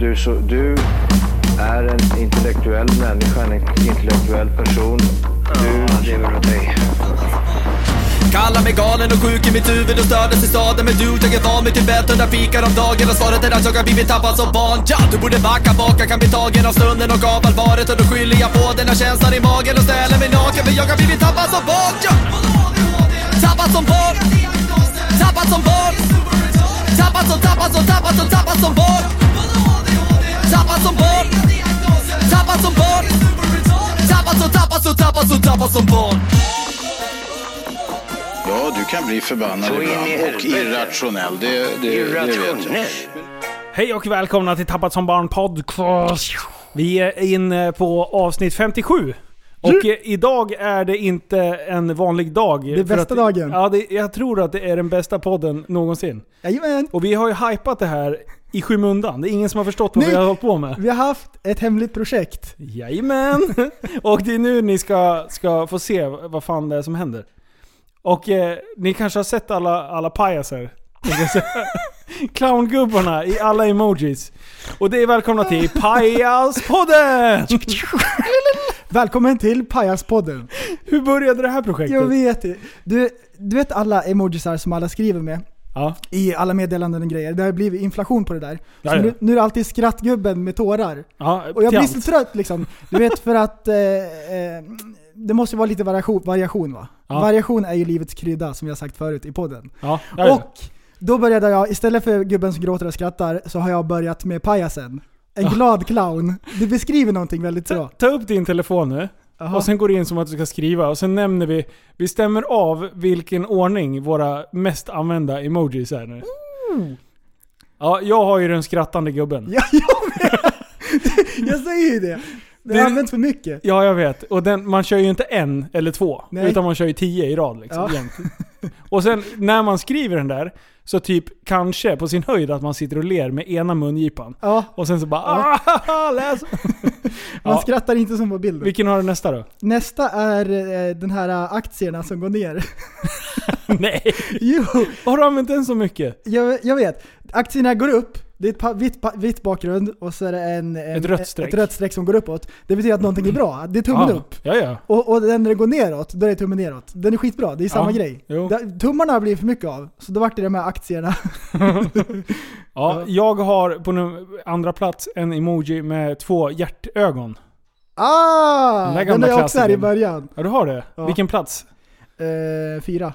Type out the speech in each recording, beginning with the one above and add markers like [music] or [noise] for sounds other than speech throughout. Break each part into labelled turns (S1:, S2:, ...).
S1: du, så, du är en intellektuell människa, en intellektuell person. Du lever av dig.
S2: Kallar mig galen och sjuk i mitt huvud och stördes i staden Men du, jag är van vid Tibet och där fikar om dagen Och svaret är att jag har blivit tappad som barn ja, Du borde backa bak, jag kan bli tagen av stunden och av allvaret Och då skyller jag på den här känslan i magen och ställer mig naken För jag har blivit tappad som barn ja. Tappad som barn Tappad som barn Tappad som, tappad som, tappad som, tappad som barn Tappad som barn Tappad som barn Tappad som, tappad som, tappad som, tappad som barn
S3: Ja, du kan bli förbannad
S1: Så in i
S3: ibland och
S1: helvete.
S3: irrationell. Det, det, det vet jag.
S1: Irrationell.
S4: Hej och välkomna till Tappat som barn podcast. Vi är inne på avsnitt 57. Och eh, idag är det inte en vanlig dag.
S5: är
S4: För
S5: bästa dagen.
S4: Ja, det, jag tror att det är den bästa podden någonsin.
S5: Jajamän!
S4: Och vi har ju hypat det här i skymundan. Det är ingen som har förstått vad
S5: Nej.
S4: vi har hållit på med.
S5: Vi har haft ett hemligt projekt.
S4: Jajamän! [laughs] Och det är nu ni ska, ska få se vad fan det är som händer. Och eh, ni kanske har sett alla, alla pajaser? [laughs] Tänkte jag säga. Clowngubbarna i alla emojis. Och det är välkomna till
S5: [laughs]
S4: Pajaspodden!
S5: Välkommen till Pajaspodden.
S4: Hur började det här projektet?
S5: Jag vet det. Du, du vet alla emojisar som alla skriver med?
S4: Ja.
S5: I alla meddelanden och grejer. Det har blivit inflation på det där. Så
S4: Jaja.
S5: nu, nu är det alltid skrattgubben med tårar.
S4: ja
S5: Och jag blir så
S4: tant.
S5: trött liksom. Du vet för att eh, eh, det måste vara lite variation, variation va?
S4: Ja.
S5: Variation är ju livets krydda som jag sagt förut i podden.
S4: Ja, ja, ja.
S5: Och då började jag, istället för gubben som gråter och skrattar, så har jag börjat med pajasen. En glad clown. Det beskriver
S4: [laughs]
S5: någonting väldigt
S4: Ta,
S5: bra.
S4: ta upp din telefon nu.
S5: Jaha.
S4: Och sen går det in som att du ska skriva. Och sen nämner vi, vi stämmer av vilken ordning våra mest använda emojis är nu. Ja, jag har ju den skrattande gubben.
S5: [laughs] Ja, jag med! [laughs] Jag säger ju det. Det,
S4: Det-
S5: används för mycket.
S4: Ja, jag vet. Och den, man kör ju inte en eller två.
S5: Nej.
S4: Utan man kör ju tio i rad liksom.
S5: Ja.
S4: jämt. Och sen när man skriver den där, så typ kanske på sin höjd att man sitter och ler med ena mungipan.
S5: Ja, [laughs]
S4: Och sen så bara
S5: Ja.
S4: ah, [laughs] läs.
S5: man
S4: Ja.
S5: skrattar inte som på bilden.
S4: Vilken har du nästa
S5: [laughs]
S4: då?
S5: Nästa är eh, den här eh, aktierna som går ner. [laughs]
S4: Nej!
S5: Jo,
S4: Har du använt den så mycket?
S5: jag, jag vet. Aktierna går upp. Det är ett pa- vitt, pa- vitt bakgrund och så är det en, en,
S4: Ett rött streck.
S5: ett rött streck som går uppåt. Det betyder att någonting är bra. Det är tummen
S4: Ja.
S5: upp.
S4: Ja, ja.
S5: Och, och den när det går neråt, då är det tummen neråt. Den är skitbra, det är samma
S4: Ja,
S5: grej.
S4: jo.
S5: Där- Tummarna har blivit för mycket av, så då vart det de här aktierna.
S4: Ja, jag har på num- andra plats en emoji med två hjärtögon.
S5: Ah!
S4: Den där
S5: Den,
S4: gamla
S5: har jag också här i
S4: klassikern.
S5: början.
S4: Ja, du har det?
S5: Ja.
S4: Vilken plats?
S5: Eh, fyra.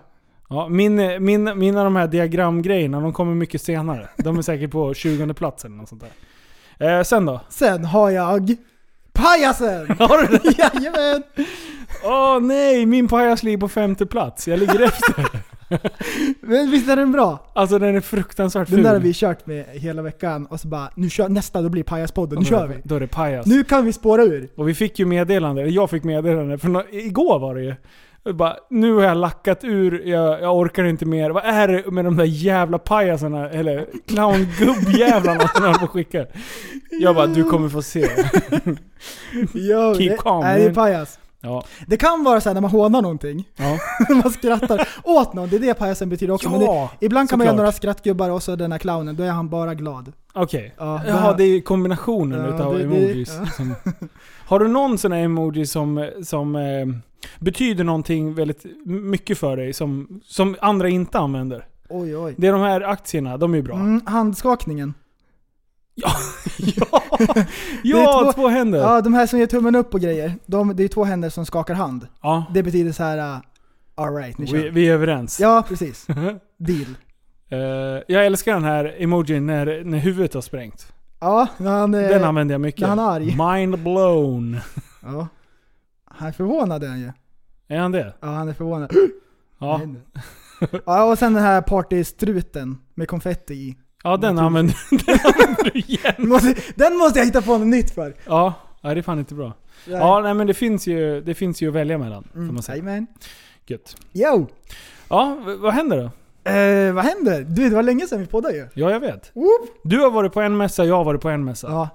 S4: Ja, min, min, mina de här diagramgrejerna, de kommer mycket senare. De är säkert på 20 plats eller något sånt där. Eh, sen
S5: [laughs]
S4: då?
S5: Sen har jag pajasen! [laughs]
S4: Har du det?
S5: Jajamän!
S4: Åh nej, min pajas ligger på femte plats. Jag ligger
S5: [laughs]
S4: efter.
S5: Men visst är den bra?
S4: Alltså den är fruktansvärt
S5: Den
S4: ful.
S5: där har vi kört med hela veckan och så bara nu kör nästa, då blir pajaspodden. Nu
S4: Då är
S5: kör
S4: det-
S5: vi.
S4: Då är det pajas.
S5: Nu kan vi spåra ur.
S4: Och vi fick ju meddelande, eller jag fick meddelande, för nå- igår var det ju. Jag Bara, nu har jag lackat ur, jag, jag orkar inte mer. Vad är det med de där jävla pajasarna, eller clowngubbjävlarna som de skickar? Jag bara, du kommer få se.
S5: Jo,
S4: Keep
S5: det
S4: calm,
S5: är det
S4: man.
S5: pajas.
S4: Ja,
S5: Det kan vara så här när man hånar någonting. [laughs]
S4: ja.
S5: man skrattar åt någon, det är det pajasen betyder också.
S4: Ja,
S5: men det, ibland kan man göra
S4: såklart.
S5: några skrattgubbar och så den här clownen, då är han bara glad.
S4: Okej.
S5: Ja, det
S4: Jaha,
S5: här-
S4: det är kombinationen
S5: Ja,
S4: utav
S5: det- det-
S4: emojis.
S5: [laughs] ja.
S4: Som, har du någon sån här emoji som, som eh, betyder någonting väldigt mycket för dig, som, som andra inte använder?
S5: Oj oj.
S4: Det är de här aktierna, de är ju bra.
S5: Mm, handskakningen. [laughs]
S4: Ja,
S5: Det
S4: ja
S5: är
S4: två,
S5: två-
S4: händer. Ja.
S5: Ja, de här som ger tummen upp och grejer. De, det är två händer som skakar hand. Det betyder så här. uh, alright, nu kör
S4: Vi,
S5: vi.
S4: vi är överens.
S5: Ja,
S4: [laughs]
S5: precis. Deal.
S4: Eh, jag älskar den här emojin när, när huvudet har sprängt.
S5: Ja, när han... eh,
S4: Den använder jag mycket.
S5: när han är arg.
S4: Mind blown.
S5: Ja. Han är förvånad är han ju.
S4: Är han det?
S5: Ja, han är förvånad.
S4: Ja,
S5: Nej, nej. ja, och sen den här partystruten med konfetti i.
S4: ja den använder [laughs] du igen.
S5: Den måste, den måste jag hitta på något nytt för.
S4: Ja, ja, det är fan inte bra. Ja, nej men det finns ju, det finns ju att välja mellan.
S5: Mm.
S4: Får man säga.
S5: Jajamän.
S4: Gött.
S5: Yo!
S4: Ja, v- vad händer då?
S5: Eh, vad händer? Du, det var länge sedan vi poddade ju.
S4: Ja, jag vet.
S5: Woop.
S4: Du har varit på en mässa, jag har varit på en mässa.
S5: Ja.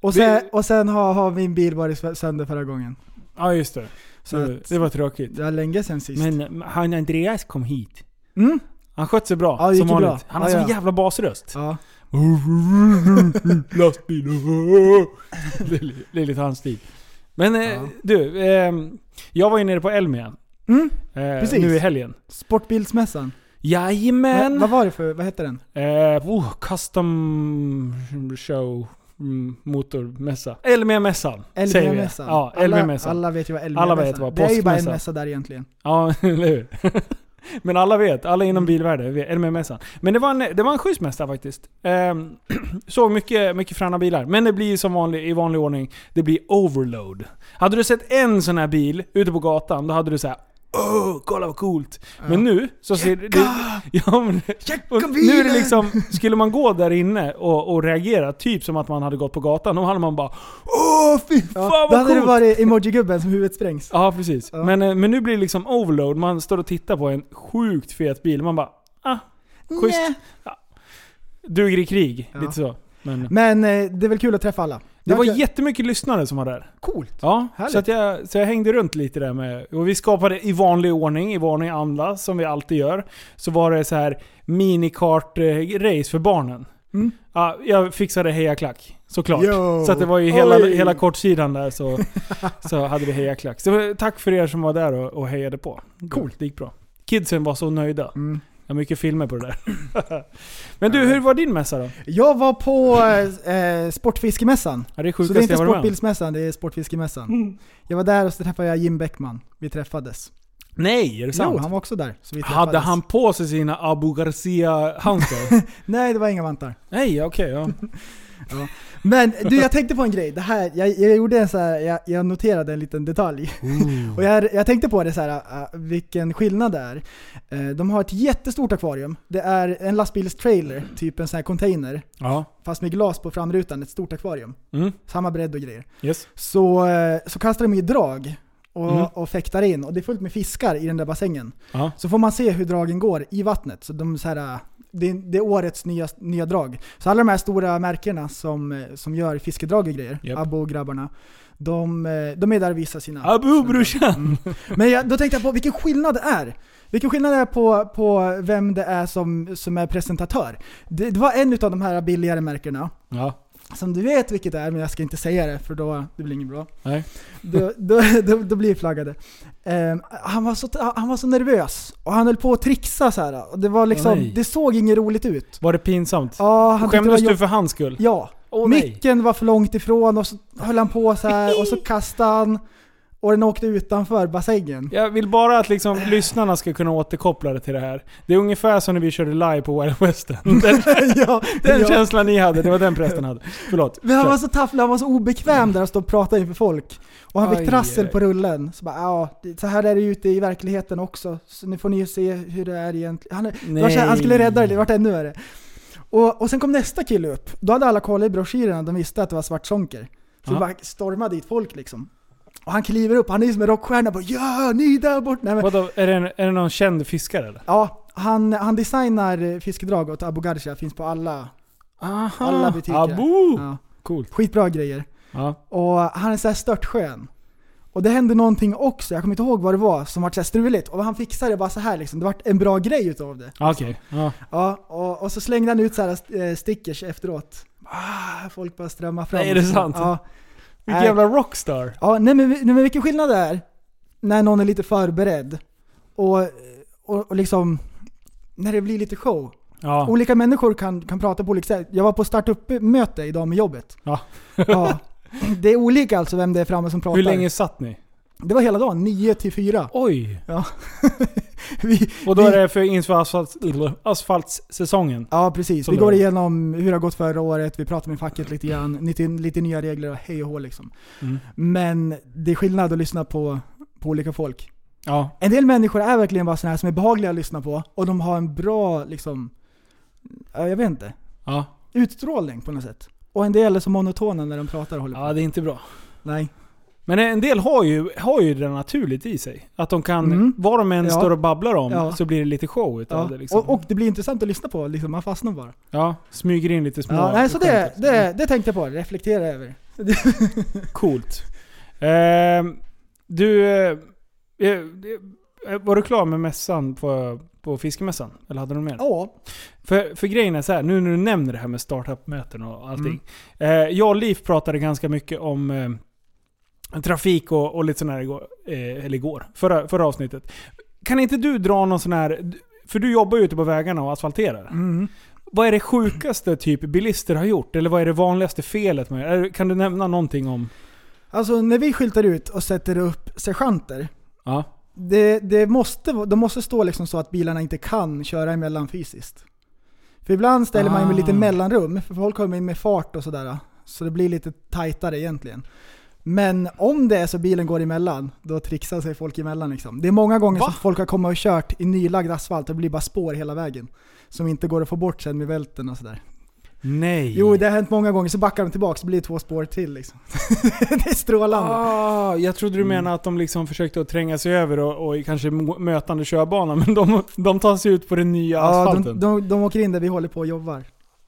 S5: Och sen, och sen har, har min bil varit sö- sönder förra gången.
S4: Ja, just det.
S5: Så
S4: Det,
S5: att,
S4: det var tråkigt.
S5: det var länge sedan sist.
S4: Men han Andreas kom hit.
S5: Mm.
S4: Han sköt sig bra.
S5: Ja, det
S4: som
S5: gick ju bra.
S4: vanligt. Han har
S5: Ja,
S4: sån
S5: ja.
S4: jävla basröst.
S5: Ja.
S4: [laughs] Lastbil. [laughs] det, är- det är lite hans stil. Men eh, du, ehm, jag var ju nere på Elmia.
S5: Mm,
S4: Eh,
S5: precis.
S4: nu i helgen.
S5: Sportbilsmässan.
S4: Jajamän!
S5: Va- Vad var det för, vad hette den?
S4: Eh, oh, custom show mm, motormässa. LME-mässan. säger vi.
S5: LB-mässan.
S4: Ja,
S5: alla,
S4: LME-mässan.
S5: alla vet ju vad LB-mässan
S4: Alla vet vad
S5: Det är ju bara en
S4: påskmässa.
S5: mässa där egentligen.
S4: Ja, [laughs] eller hur? Men alla vet, alla
S5: Mm.
S4: inom bilvärlden, vet, LME-mässan. Men det var en, det var en schysst mässa faktiskt. Ehm, [clears throat] såg mycket, mycket fräna bilar. Men det blir som vanlig, i vanlig ordning, det blir overload. Hade du sett en sån här bil ute på gatan, då hade du så här. Åh, kolla vad coolt! Men nu så ser det... [laughs] Ja, men, och nu är det liksom, skulle man gå där inne och, och reagera, typ som att man hade gått på gatan, då hade man bara Åh fy fan
S5: Ja, då
S4: vad
S5: hade det
S4: coolt!
S5: varit emoji-gubben som huvudet sprängs.
S4: Ja, precis.
S5: Ja.
S4: Men, eh, men nu blir det liksom overload. Man står och tittar på en sjukt fet bil. Man bara ah, schysst.
S5: Nä.
S4: Duger i krig.
S5: Ja.
S4: Lite så. Men,
S5: Men eh, det är väl kul att träffa alla.
S4: det var
S5: jätte...
S4: jättemycket lyssnare som var där.
S5: Coolt.
S4: Ja,
S5: Härligt.
S4: så, att jag, så jag hängde runt lite där med... Och vi skapade i vanlig ordning, i vanlig anda, som vi alltid gör. Så var det så här minikart-race för barnen.
S5: Mm.
S4: Ja, jag fixade hejaklack, såklart.
S5: Yo.
S4: Så att det var ju hela,
S5: Oj.
S4: hela kortsidan där
S5: [laughs]
S4: så, så hade vi hejaklack. Så tack för er som var där och, och hejade på. Coolt. Det gick bra. Kidsen var så nöjda.
S5: Mm.
S4: Jag har mycket filmer på det
S5: [laughs]
S4: där. Men du, hur var din mässa då?
S5: Jag var på eh, Sportfiskemässan.
S4: Ja, det är
S5: Så det är
S4: sjukaste
S5: inte
S4: jag varit med om. Mm.
S5: Sportbilsmässan, det är Sportfiskemässan. Jag var där och så träffade jag Jim Bäckman. Vi träffades.
S4: Nej, är det sant?
S5: Jo, han var också där. Så vi träffades.
S4: Hade han på sig sina Abu [laughs] Garcia-handskar?
S5: Nej, det var inga vantar.
S4: Nej, okej. ja.
S5: Men du, jag tänkte på en grej. Det här, jag, jag gjorde en så här, jag, jag noterade en liten detalj. Och jag, jag tänkte på det så här, äh, vilken skillnad det är. Eh, De har ett jättestort akvarium. Det är en lastbilstrailer, typ en sån här container.
S4: Ja.
S5: Fast med glas på framrutan, ett stort akvarium.
S4: Mm.
S5: Samma bredd och grejer.
S4: Yes.
S5: Så, eh, så kastar de i drag och,
S4: Mm.
S5: och fäktar in. Och det är fullt med fiskar i den där bassängen.
S4: Ja.
S5: Så får man se hur dragen går i vattnet. Så de så här, äh, det, är- det är årets nya, nya drag. Så alla de här stora märkena som, eh, som gör fiskedrag och grejer,
S4: Japp.
S5: Abbo och grabbarna, de, eh, de är där och visar sina...
S4: Abu brorsan!
S5: Men jag, då tänkte jag på vilken skillnad det är. Vilken skillnad det är på, på vem det är som, som är presentatör. Det, det var en av de här billigare märkena,
S4: Ja.
S5: som du vet vilket det är, men jag ska inte säga det för då det blir inget bra.
S4: Nej.
S5: Då, då, då, då blir vi flaggade. Ehm, han, var så, han var så nervös och han höll på att trixa så här. Och det, var
S4: Åh,
S5: liksom,
S4: nej.
S5: det såg inget roligt ut.
S4: Var det pinsamt?
S5: Ja, han tyckte det var
S4: Skämdes du
S5: jobb-
S4: för hans skull?
S5: Ja.
S4: Åh, nej.
S5: Micken var för långt ifrån och så höll han på så
S4: [laughs]
S5: här och så kastade han och den åkte utanför bassängen.
S4: Jag vill bara att liksom, lyssnarna ska kunna återkoppla det till det här. Det är ungefär som när vi körde live på Wild Westen. [laughs] Den,
S5: ja,
S4: den
S5: ja.
S4: känslan ni hade, det var den prästen hade. Förlåt.
S5: Men han
S4: Kör. Mm.
S5: var så tafflig, han var så obekväm där att stå och prata inför folk. Och han
S4: Aj,
S5: fick trassel
S4: aj.
S5: på rullen. Så bara, ja, det- så här är det ute i verkligheten också. Så nu får ni ju se hur det är egentligen. Han, det var så här, han skulle rädda det, det vart ännu värre. Och, och sen kom nästa kille upp. Då hade alla kollat i broschyrerna, de visste att det var svartsonker. Så
S4: Ja.
S5: det bara stormade dit folk liksom. Och han kliver upp, han är ju som en rockstjärna bara ja, ni där bort. Nej, men,
S4: Vadå, är, det en, är det någon känd fiskare eller?
S5: ja, han, han designar eh, fiskedrag åt Abu Garcia, finns på alla.
S4: Aha.
S5: Alla butiker.
S4: Abu!
S5: Ja.
S4: Coolt.
S5: Skitbra grejer.
S4: Ja.
S5: Och han är så här störtskön. Och det hände någonting också, jag kommer inte ihåg vad det var, som vart så här struligt. Och han fixade det bara så här liksom, det vart en bra grej utav det.
S4: Ah, Okej. Ja.
S5: Ja, och, och så slängde han ut så här eh, stickers efteråt. Ah, folk bara strömmar fram.
S4: Nej, är det sant?
S5: Ja.
S4: Vilken
S5: Nej.
S4: jävla rockstar.
S5: ja nej, men, nej men vilken skillnad det är när någon är lite förberedd. Och, och, och liksom, när det blir lite show.
S4: Ja.
S5: Olika människor kan, kan prata på olika sätt. Jag var på startup-möte idag med jobbet.
S4: Ja.
S5: ja. Det är olika alltså vem det är framme som pratar.
S4: Hur länge satt ni?
S5: Det var hela dagen, 9 till 4.
S4: Oj!
S5: Vi,
S4: Och då
S5: vi,
S4: är det för inför asfalt, asfaltssäsongen?
S5: Ja precis,
S4: Som
S5: vi
S4: det
S5: går
S4: är.
S5: igenom hur det har gått förra året, vi pratar med facket lite grann, lite, lite nya regler och hej och hå liksom.
S4: Mm.
S5: Men det är skillnad att lyssna på, på olika folk.
S4: Ja.
S5: En del människor är verkligen bara sådana här som är behagliga att lyssna på och de har en bra liksom, ja, jag vet inte,
S4: Ja.
S5: utstrålning på något sätt. Och en del är så monotona när de pratar och håller på.
S4: ja, det är inte bra.
S5: Nej.
S4: Men en del har ju, har ju det naturligt i sig. Att de kan,
S5: Mm.
S4: vad de än
S5: Ja.
S4: står och babblar om,
S5: Ja.
S4: så blir det lite show utav
S5: Ja.
S4: det. Liksom.
S5: och, och Typ, det blir intressant att lyssna på, liksom, man fastnar bara.
S4: ja, smyger in lite små
S5: Ja, nej, så det,
S4: skämt.
S5: det, det tänkte jag på, reflektera över.
S4: Mm, Coolt. Ehm, du, eh, eh, eh, var du klar med mässan på, på fiskemässan? Eller hade du mer?
S5: Ja.
S4: För, för grejen är så här, nu när du nämner det här med startup-möten och allting.
S5: Mm.
S4: Eh, jag och Liv pratade ganska mycket om eh, trafik och, och lite sån här igår, eh, eller igår, förra, förra avsnittet. Kan inte du dra någon sån här, för du jobbar ju ute på vägarna och asfalterar.
S5: Mm.
S4: Vad är det sjukaste typ bilister har gjort? Eller vad är det vanligaste felet? Med? Är- Kan du nämna någonting om...
S5: Alltså när vi skyltar ut och sätter upp sergeanter.
S4: Ja.
S5: Det, det måste, vara- de måste stå liksom så att bilarna inte kan köra emellan fysiskt. För ibland ställer man ju med lite
S4: Ah.
S5: mellanrum, för folk kommer in med fart och sådär. Så det blir lite tajtare egentligen. Men om det är så bilen går emellan, då trixar sig folk emellan liksom. Det är många gånger som folk har kommit och kört i nylagd asfalt och det blir bara spår hela vägen. Som inte går att få bort sen med välten och sådär.
S4: Nej.
S5: Jo, det har hänt många gånger. Så backar de tillbaka så blir det två spår till liksom. [laughs] det är strålande.
S4: Ah, jag trodde du
S5: Mm.
S4: menade att de liksom försökte att tränga sig över och, och i kanske mo- mötande körbana, men de, de tar sig ut på den nya
S5: Ja,
S4: asfalten.
S5: de, de, de åker in där vi håller på och jobbar.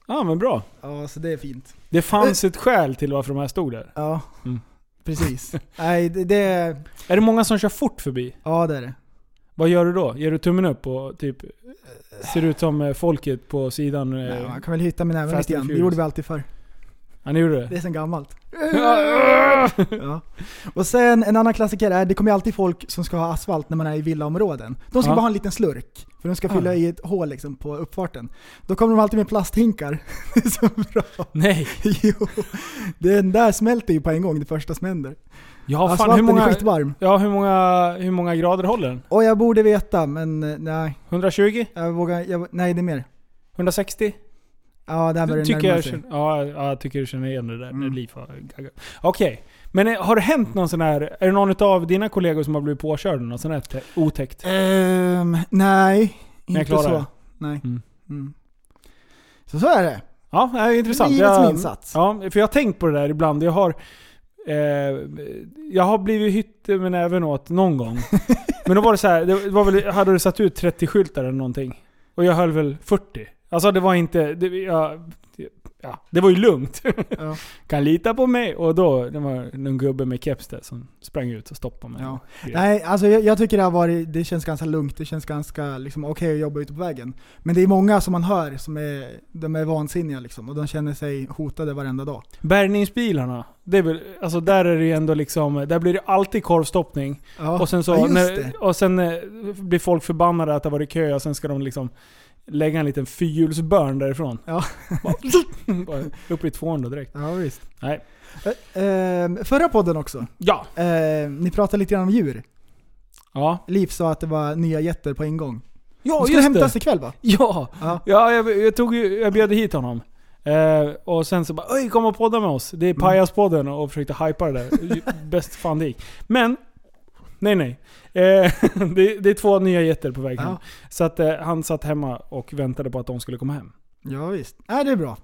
S4: Ja, men bra.
S5: Ja, så det är fint.
S4: Det fanns
S5: Eh.
S4: ett skäl till varför de här stod där.
S5: Ja,
S4: Mm.
S5: precis. Nej, det, det...
S4: Är det många som kör fort förbi?
S5: Ja, det är det.
S4: Vad gör du då? Ger du tummen upp och typ ser ut som eh, folket på sidan? eh,
S5: Nej, man kan väl hitta med näven
S4: Fast and
S5: lite grann. Det
S4: Furious.
S5: gjorde vi alltid förr.
S4: Ja, ni gjorde
S5: Det
S4: det?
S5: är sen gammalt. Ja. Och sen en annan klassiker är, det kommer ju alltid folk som ska ha asfalt när man är i villaområden. De ska
S4: Ja.
S5: bara ha en liten slurk, för de ska fylla
S4: Ah.
S5: i ett hål liksom, på uppfarten. Då kommer de alltid med plasthinkar. [laughs] Det är så bra.
S4: [laughs] Nej.
S5: [laughs] Jo, den där smälter ju på en gång det första som händer.
S4: Ja, fan, hur
S5: Asfalten är
S4: många,
S5: skitvarm.
S4: ja, hur, många, hur många grader håller den?
S5: Och jag borde veta, men eh, nej.
S4: 120?
S5: Jag vågar, jag, nej det är mer.
S4: 160?
S5: Ja, det här börjar
S4: Tycker
S5: närma
S4: jag,
S5: sig.
S4: känner- ja, ja, jag tycker du känner igen det där när
S5: Mm.
S4: Liv har gaggat. Okej. Men eh, har det hänt någon sån här... Är det någon av dina kollegor som har blivit påkörd? Något sån här te- otäckt?
S5: Ehm, nej,
S4: jag
S5: inte
S4: klarar
S5: så.
S4: det.
S5: Nej.
S4: Mm.
S5: Mm. Så så är det.
S4: Ja, det är intressant.
S5: Livet som
S4: Jag-
S5: insats.
S4: Ja, för jag har tänkt på det där ibland. Jag har, eh, jag har blivit hytt med näven åt någon gång.
S5: [laughs]
S4: Men då var det så här, det var väl, hade du satt ut 30 skyltar eller någonting? Och jag höll väl 40. Alltså det var inte... Det, jag, ja, det var ju lugnt.
S5: Ja.
S4: [laughs] Kan lita på mig. Och då det var någon gubbe med keps där som sprang ut och stoppade mig.
S5: Ja. Nej, alltså jag, jag tycker det har varit, det känns ganska lugnt, det känns ganska liksom, okej att jobba ute på vägen. Men det är många som man hör som är, de är vansinniga liksom, och de känner sig hotade varenda dag.
S4: Bärgningsbilarna. Det är väl, alltså där är det ju ändå liksom... Där blir det alltid korvstoppning.
S5: Ja,
S4: Och sen, så,
S5: ja, just det.
S4: när, och sen eh, blir folk förbannade att det har varit kö och sen ska de liksom lägga en liten fyrhjulsbörn därifrån.
S5: Ja.
S4: Bara- [laughs] Bara upp i 200 direkt.
S5: Ja, visst.
S4: Nej.
S5: Eh, ehm, förra podden också,
S4: Ja.
S5: eh, ni pratade lite grann om djur.
S4: Ja,
S5: Liv sa att det var nya jätter på en gång.
S4: ja
S5: de skulle hämtas ikväll va?
S4: Ja,
S5: Ja.
S4: ja jag, jag, tog, ju- jag bjöd hit honom. Eh, och sen så bara Öj, kom och podda med oss. Det
S5: Mm.
S4: är Pajaspodden och försökte hypa det där. [laughs] Bäst fan det gick. Men, nej nej. Eh, [laughs] det, det är två nya jätter på väg hem.
S5: Ja.
S4: Så att, eh, han satt hemma och väntade på att de skulle komma hem.
S5: ja, visst. Nej, det är bra.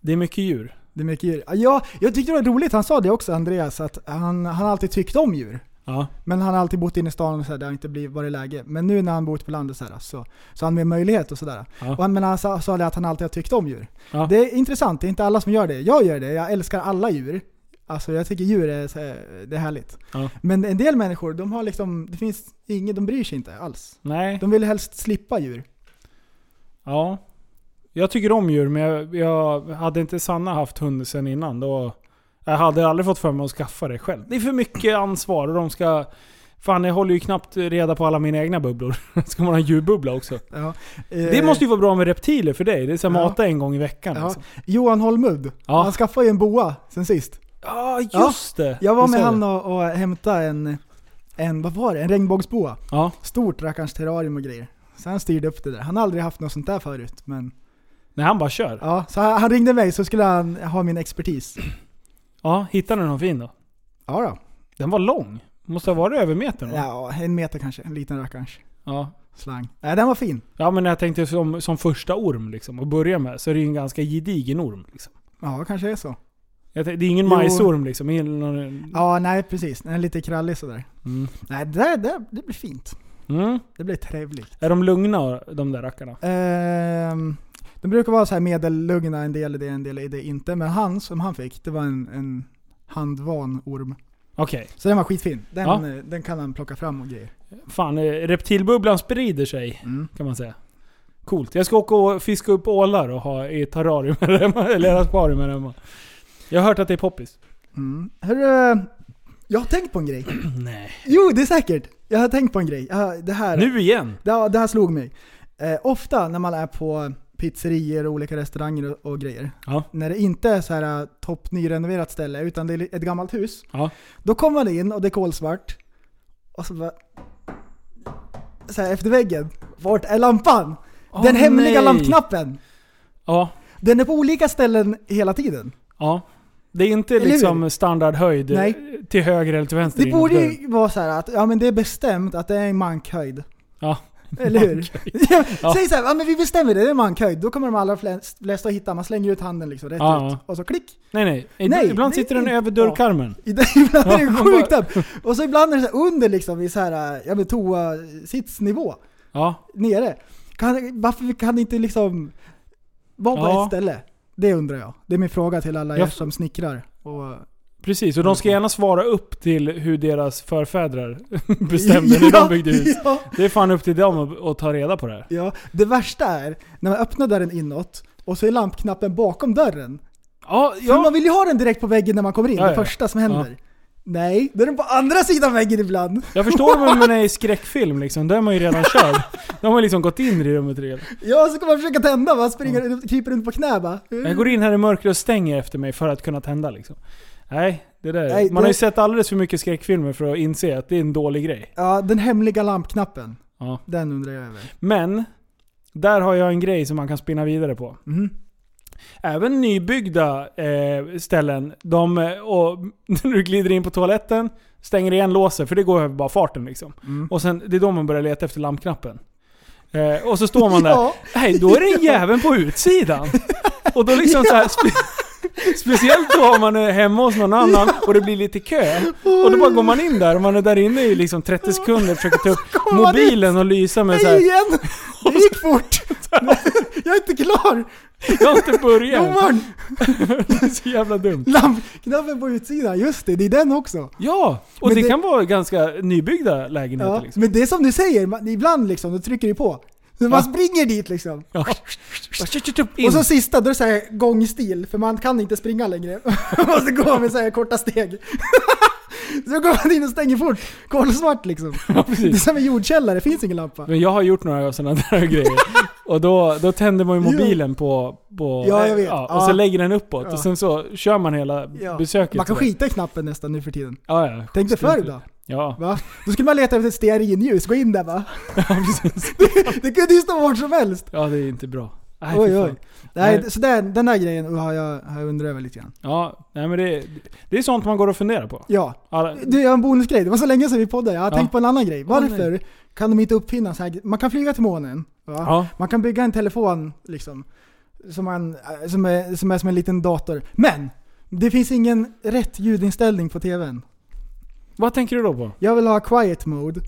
S4: Det är mycket djur.
S5: Det är mycket djur. Ja, jag tyckte det var roligt, han sa det också Andreas, att han, han alltid tyckte om djur.
S4: Ja.
S5: Men han har alltid bott inne i stan och så här, det har inte blivit, varit läge. Men nu när han bor ute på landet så, här, så, så har han mer möjlighet och sådär.
S4: Ja.
S5: Och han, men han sa, sa det att han alltid har tyckt om djur.
S4: Ja.
S5: Det är intressant, det är inte alla som gör det. Jag gör det, jag älskar alla djur. Alltså jag tycker djur är, så här, det är härligt.
S4: Ja.
S5: Men en del människor, de har liksom, det finns inget, de bryr sig inte alls.
S4: Nej.
S5: De vill helst slippa djur.
S4: Ja. Jag tycker om djur, men jag, jag hade inte Sanna haft hund sen innan. Då, jag hade aldrig fått för mig att skaffa det själv. Det är för mycket ansvar och de ska... Fan, jag håller ju knappt reda på alla mina egna bubblor. [laughs] Ska man ha en djurbubbla också?
S5: Ja.
S4: Det måste ju vara bra med reptiler för dig. Det är så här,
S5: Ja.
S4: mata en gång i veckan.
S5: Eh, Ja.
S4: Liksom.
S5: Johan Holmud,
S4: Ja.
S5: han skaffade ju en boa sen sist.
S4: Ja, just det!
S5: Jag
S4: Du
S5: var
S4: sa
S5: med
S4: det.
S5: han och, och hämtade en, en, vad var det? En regnbågsboa.
S4: Ja.
S5: Stort rackarns terrarium och grejer. Så han styrde upp det där. Han har aldrig haft något sånt där förut. Men,
S4: Nej, han bara kör. Ja.
S5: ja, så han, han ringde mig så skulle han ha min expertis.
S4: hittade du någon fin då?
S5: Ja, då.
S4: Den var lång. Måste ha varit över metern va?
S5: ja en meter kanske. En liten rackarns
S4: ja.
S5: slang. Nej, den var fin.
S4: Ja men jag tänkte som, som första orm liksom, att börja med, så är det ju en ganska gedigen orm. Liksom.
S5: Ja, kanske är så.
S4: Jag tänkte, det är ingen
S5: Jo.
S4: majsorm liksom. ingen- någon-
S5: Ja, nej precis. Den är lite krallig sådär.
S4: Mm.
S5: Nej, det, där, det, det blir fint.
S4: Mm.
S5: Det blir trevligt.
S4: Är de lugna de där rackarna?
S5: Ehm, de brukar vara så här medellugna, en del är det, en del är det inte. Men han som han fick, det var en, en handvan orm.
S4: Okej.
S5: Så den var skitfin. Den,
S4: Ja.
S5: eh, den kan han plocka fram och grejer.
S4: Fan, eh, reptilbubblan sprider sig
S5: Mm.
S4: kan man säga. Coolt. Jag ska åka och fiska upp ålar och ha i terrarium eller hemma, [laughs] eller akvarium här hemma. Jag har hört att det är poppis. [clears throat]
S5: Mm. Hörru, jag har tänkt på en grej. [clears throat]
S4: Nej.
S5: Jo, det är säkert. Jag har tänkt på en grej. Ja, Det här,
S4: Nu igen?
S5: det, här- det här slog mig. Eh, ofta när man är på pizzerior och olika restauranger och, och grejer.
S4: Ja.
S5: När det inte är så här eh, toppnyrenoverat ställe utan det är ett gammalt hus.
S4: Ja.
S5: Då kommer man in och det är kolsvart. Och så bara... Så här efter väggen. Vart är lampan?
S4: Åh,
S5: Den hemliga
S4: nej.
S5: lampknappen.
S4: Ja.
S5: Den är på olika ställen hela tiden.
S4: Ja. Det är inte
S5: Eller
S4: liksom standardhöjd eh,
S5: Nej.
S4: till höger eller till vänster.
S5: Det
S4: inom
S5: borde
S4: dörren.
S5: ju vara så här att ja, men det är bestämt att det är en mankhöjd.
S4: Ja.
S5: Eller hur?
S4: Ja.
S5: Säg så här, ja, men vi bestämmer det, det är mankhöjd. Då kommer de allra flest- flesta att hitta. Man slänger ut handen liksom rätt
S4: Ja.
S5: ut. Och så klick. [laughs]
S4: Nej nej. Ibland,
S5: Nej,
S4: ibland
S5: det är
S4: sitter den
S5: inte-
S4: över dörrkarmen.
S5: I den- Ibland är det
S4: Ja,
S5: sjukt upp. Och så ibland är det så här under liksom i så här, ja men toa, sitsnivå.
S4: Ja.
S5: Nere. Kan, varför kan det inte liksom vara på
S4: Ja.
S5: ett ställe? Det undrar jag. Det är min fråga till alla
S4: Jag
S5: er
S4: f-
S5: som snickrar. Och,
S4: Precis, och de ska gärna svara upp till hur deras förfäder [laughs] bestämde när de byggde hus.
S5: [laughs] Ja,
S4: Det är fan upp till dem att- att ta reda på det här.
S5: ja. Det värsta är när man öppnar dörren inåt och så är lampknappen bakom dörren.
S4: Ja,
S5: För man vill ju ha den direkt på väggen när man kommer in,
S4: Ja,
S5: det
S4: ja, ja.
S5: första som händer. Nej, då är den på andra sidan väggen ibland.
S4: Jag förstår om man är i skräckfilm liksom, där är man ju redan körd. De har liksom gått in i rummet redan.
S5: Ja, så kommer man försöka tända va, springer, kryper runt på knä va.
S4: Jag går in här i mörkret och stänger efter mig för att kunna tända liksom. Nej, det där.
S5: Nej,
S4: man
S5: det-
S4: har ju sett alldeles för mycket skräckfilmer för att inse att det är en dålig grej.
S5: Ja, den hemliga lampknappen.
S4: Ja.
S5: Den undrar jag över.
S4: Men, där har jag en grej som man kan spinna vidare på.
S5: Mm.
S4: Även nybyggda eh, ställen, de, eh, och, [laughs] när du glider in på toaletten, stänger igen låset för det går över bara farten liksom.
S5: Mm.
S4: Och sen, det är då man börjar leta efter lampknappen. Eh, och så står
S5: [laughs]
S4: man där,
S5: Ja.
S4: nej då är det en jävel på utsidan. Och då liksom
S5: [laughs]
S4: så här, spe- speciellt då om man är hemma hos någon annan och det blir lite kö. Och då bara går man in där och man är där inne i liksom 30 sekunder och försöker ta upp
S5: kommer man ut.
S4: mobilen och lysa med så
S5: Nej
S4: här.
S5: igen! Det gick
S4: [laughs]
S5: fort! jag är inte klar!
S4: jag har inte börjat.
S5: Domaren!
S4: Det är [laughs] så jävla dumt.
S5: Lampknappen på utsidan, just det, det är den också.
S4: Ja, och
S5: Men
S4: det,
S5: det-
S4: kan vara ganska nybyggda lägenheter
S5: Ja.
S4: liksom.
S5: Men det är som du säger, man, ibland liksom, då trycker du på. Så man
S4: Ja.
S5: springer dit liksom. [laughs]
S4: Ja. In.
S5: Och så sista, då är det så här gångstil, för man kan inte springa längre. [laughs] Man måste gå med så här korta steg. [laughs] så går man in och stänger fort. Kolsvart liksom.
S4: ja,
S5: Det är
S4: precis.
S5: som en jordkällare, det finns ingen lampa.
S4: Men jag har gjort några sådana där [laughs] grejer. Och då, då tänder man ju mobilen på... på
S5: Ja, jag vet.
S4: och så
S5: Ja.
S4: lägger den uppåt
S5: Ja.
S4: och sen så kör man hela
S5: Ja.
S4: besöket.
S5: Man kan
S4: där.
S5: skita i knappen nästan nu för tiden.
S4: Ja, ja.
S5: Tänk dig förr
S4: Skit.
S5: då.
S4: Ja. [laughs]
S5: Va? Då skulle man leta efter ett stearinljus, gå in där va?
S4: precis.
S5: det, det kunde ju stå vart som helst.
S4: ja, det är inte bra. Nej, fy
S5: Oj,
S4: fan.
S5: oj. Nej,
S4: Nej.
S5: så den, den där grejen oh, har jag, har jag undrat över lite grann.
S4: Ja, nej, men det, det är sånt man går och funderar på.
S5: Ja.
S4: Alla,
S5: Du, jag har en bonusgrej. Det var så länge sedan vi poddade. Jag har
S4: Ja.
S5: tänkt på en annan grej.
S4: Åh, nej.
S5: Varför kan de inte uppfinna så här Man kan flyga till månen. Va?
S4: ja.
S5: Man kan bygga en telefon liksom. Som, man, eh, som, är, som är som en liten dator. Men! Det finns ingen rätt ljudinställning på TVn.
S4: Vad tänker du då på?
S5: Jag vill ha quiet mode.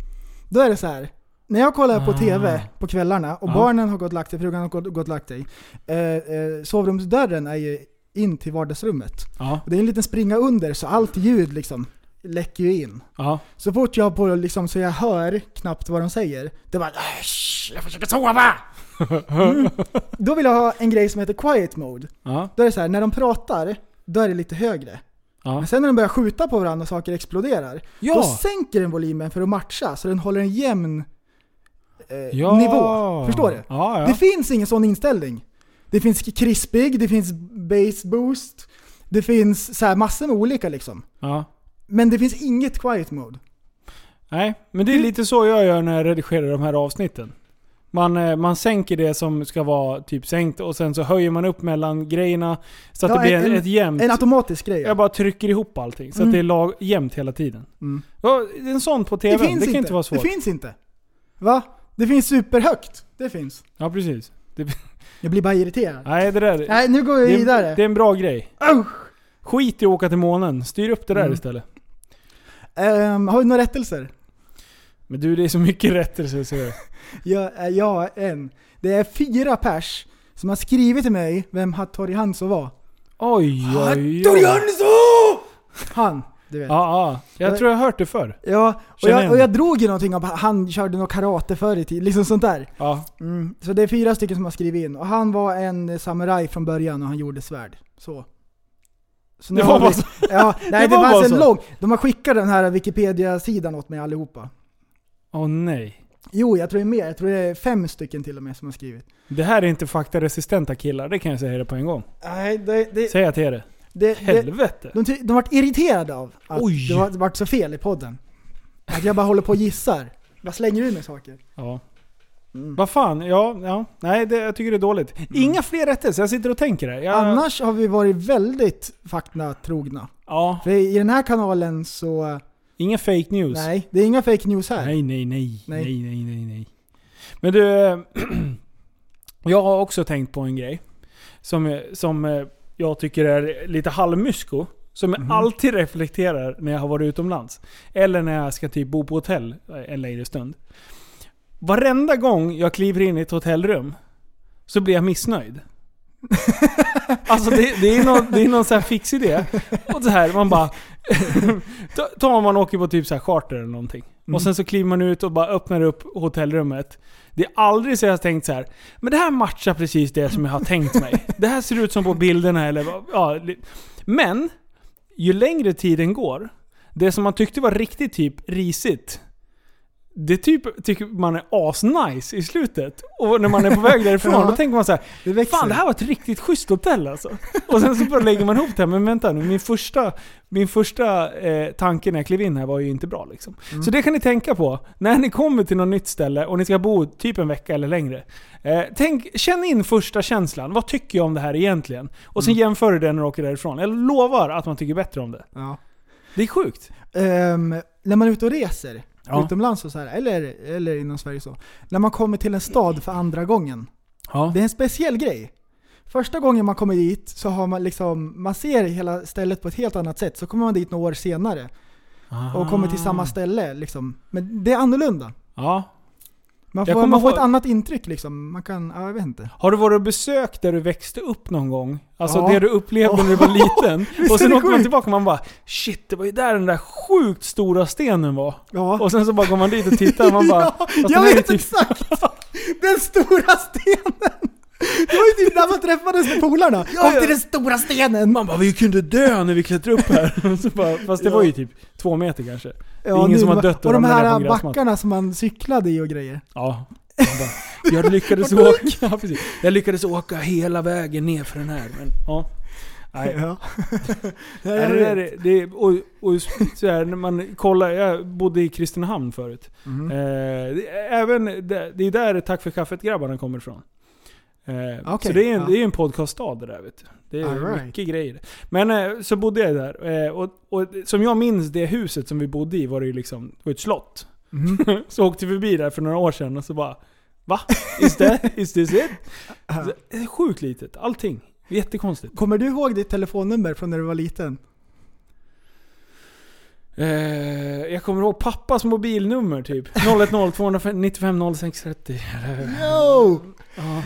S5: Då är det så här. När jag kollar på
S4: Ah.
S5: TV på kvällarna och
S4: Ja.
S5: barnen har gått och lagt sig, frugan har gått, gått och lagt sig. Eh, eh, sovrumsdörren är ju in till vardagsrummet.
S4: Ja,
S5: Och det är en liten springa under så allt ljud liksom läcker ju in.
S4: ja.
S5: Så fort jag har på liksom, så jag hör knappt vad de säger. Det bara "Äsch, jag försöker sova! Mm. Då vill jag ha en grej som heter quiet mode.
S4: ja.
S5: Då är det så här, när de pratar, då är det lite högre.
S4: Ja.
S5: Men sen när de börjar skjuta på varandra och saker exploderar, då
S4: ja.
S5: sänker den volymen för att matcha så den håller en jämn eh,
S4: ja.
S5: nivå. Förstår du?
S4: Ja, ja.
S5: Det finns ingen sån inställning. Det finns krispig, det finns bass boost, det finns så här massor med olika liksom.
S4: ja.
S5: Men det finns inget quiet mode.
S4: Nej, men det är lite så jag gör när jag redigerar de här avsnitten. Man, eh, man sänker det som ska vara typ sänkt och sen så höjer man upp mellan grejerna så att
S5: Ja,
S4: det blir
S5: en-
S4: en, ett jämnt...
S5: En automatisk grej.
S4: jag bara trycker ihop allting så
S5: Mm.
S4: att det är lag, jämnt hela tiden.
S5: Mm.
S4: Ja, en sån på TV, det, kan
S5: inte.
S4: inte vara svårt.
S5: Det finns inte. Va? Det finns superhögt. Det finns.
S4: ja, precis.
S5: Jag blir bara irriterad.
S4: Nej, det där...
S5: Nej, nu går vi
S4: det,
S5: vidare.
S4: är, det är en bra grej.
S5: Usch!
S4: Skit i att åka till månen. Styr upp det där
S5: Mm.
S4: istället.
S5: Ehm, har vi några rättelser?
S4: Men du, det är så mycket rättelser så...
S5: Jag, eh, jag har en. Det är fyra pers som har skrivit till mig vem Hattori Hanzo var.
S4: Oj, oj, oj.
S5: Hattori Hanzo! Han. Du vet.
S4: Ja, ja. Jag tror jag har hört det förr.
S5: Ja, och
S4: Känner
S5: jag,
S4: igen
S5: och
S4: det.
S5: jag drog ju någonting om att han körde något karate förr i tiden, liksom sånt där.
S4: Ja.
S5: Mm. Så det är fyra stycken som har skrivit in. Och han var en samuraj från början och han gjorde svärd. Så. Så
S4: Det var
S5: har vi-
S4: bara så. [laughs]
S5: Ja, nej
S4: Det
S5: det,
S4: var bara
S5: fanns
S4: så.
S5: en lång. De har skickat den här Wikipedia-sidan åt mig allihopa.
S4: Åh nej.
S5: Jo, jag tror det är mer. Jag tror det är fem stycken till och med som har skrivit.
S4: Det här är inte faktaresistenta killar, det kan jag säga det på en gång.
S5: Nej, det... det,
S4: Säg att det är det.
S5: det, det
S4: Helvete.
S5: de, ty- de vart irriterade av att
S4: Oj.
S5: det var- det vart så fel i podden. Att jag bara håller på och gissar. Jag slänger ur mig saker.
S4: Ja.
S5: Mm.
S4: Vad fan, ja, ja. Nej, det, jag tycker det är dåligt. Inga fler rättelser, jag sitter och tänker här. Jag,
S5: Annars har vi varit väldigt faktatrogna.
S4: Ja,
S5: För i den här kanalen så...
S4: inga fake news.
S5: Nej, det är inga fake news här.
S4: Nej, nej, nej. Nej,
S5: Nej.
S4: nej, nej, nej. Men du, [clears throat] eh, jag har också tänkt på en grej. Som, eh, som eh, jag tycker är lite halvmysko. Som
S5: Mhm.
S4: jag alltid reflekterar när jag har varit utomlands. Eller när jag ska typ bo på hotell eh, en längre stund. Varenda gång jag kliver in i ett hotellrum så blir jag
S5: [laughs]
S4: missnöjd. alltså det, det är någon, det är någon så här fix idé. [laughs] Och så här, man bara... Ta- Ta om man åker på typ så här charter eller någonting. Och sen så kliver man ut och bara öppnar upp hotellrummet. Det är aldrig så jag har tänkt så här. men det här matchar precis det som jag har tänkt mig. Det här ser ut som på bilderna eller vad- ja, li- Men, ju längre tiden går, det som man tyckte var riktigt typ risigt, det typ tycker man är asnice i slutet. Och när man är på väg därifrån,
S5: Ja.
S4: då tänker man så här,
S5: Det växer.
S4: Fan, det här var ett riktigt schysst hotell alltså. Och sen så bara lägger man ihop det här. Men vänta nu, min första, min första eh, tanke när jag klev in här var ju inte bra liksom. Så det kan ni tänka på. När ni kommer till något nytt ställe och ni ska bo typ en vecka eller längre. Eh, tänk, känn in första känslan. Vad tycker jag om det här egentligen? Och sen jämför du det när du åker därifrån. Jag lovar att man tycker bättre om det.
S5: Ja.
S4: Det är sjukt.
S5: Ehm, när man är ute och reser,
S4: Ja.
S5: utomlands och så här, eller, eller inom Sverige så. När man kommer till en stad för andra gången.
S4: Ja.
S5: Det är en speciell grej. Första gången man kommer dit så har man liksom, man ser hela stället på ett helt annat sätt. Så kommer man dit några år senare
S4: Ah.
S5: och kommer till samma ställe liksom. Men det är annorlunda.
S4: Ja.
S5: Man
S4: Jag
S5: får,
S4: kommer
S5: man får
S4: ihåg-
S5: ett annat intryck liksom. Man kan, ja, jag vet inte.
S4: Har du varit och besökt där du växte upp någon gång? Alltså
S5: Ja.
S4: det du upplevde när du var liten.
S5: [laughs] Visst
S4: och
S5: är
S4: sen
S5: det
S4: åker man
S5: sjukt?
S4: tillbaka och man bara Shit, det var ju där den där sjukt stora stenen var.
S5: Ja.
S4: Och sen så bara går man dit och tittar och man bara...
S5: [laughs] ja,
S4: "Fast den
S5: jag
S4: här är
S5: vet
S4: typ-
S5: exakt! Den stora stenen! Det var ju typ där man träffades med polarna. Kom
S4: ja.
S5: till den stora stenen!
S4: Man bara vi kunde dö när vi klättrade upp här. [laughs] Så bara, fast det
S5: Ja.
S4: var ju typ två meter kanske.
S5: Det
S4: är ingen som har dött och
S5: Och de
S4: ramlat ner på
S5: här
S4: en gräsmatta.
S5: backarna som man cyklade i och grejer.
S4: Ja. Man bara, jag,
S5: [laughs]
S4: lyckades åka, [laughs] ja, precis. jag lyckades åka hela vägen ner för den här. Men, ja. Nej,
S5: Ja. [laughs] Ja,
S4: Ja,
S5: jag
S4: det där,
S5: vet.
S4: är- det, är- och, och så här, när man kollar, jag bodde i Kristinehamn förut.
S5: Mhm.
S4: Eh, det- även, det, det är där Tack för kaffet-grabbarna kommer ifrån. Eh,
S5: Okej,
S4: så det är, en,
S5: ja.
S4: det är en podcaststad det där vet du. Det är
S5: All right.
S4: mycket grejer. Men eh, så bodde jag där. Eh, och, och som jag minns det huset som vi bodde i var det ju liksom, det var ett slott.
S5: Mhm.
S4: Så åkte vi förbi där för några år sedan och så bara Va? Is, that, is this
S5: [laughs]
S4: it?
S5: Ja.
S4: Så, det är sjukt litet, allting. Jättekonstigt.
S5: Kommer du ihåg ditt telefonnummer från när du var liten?
S4: Eh, jag kommer ihåg pappas mobilnummer typ. 010 295 0630.
S5: [laughs] Yo!
S4: Ja.
S5: Oh,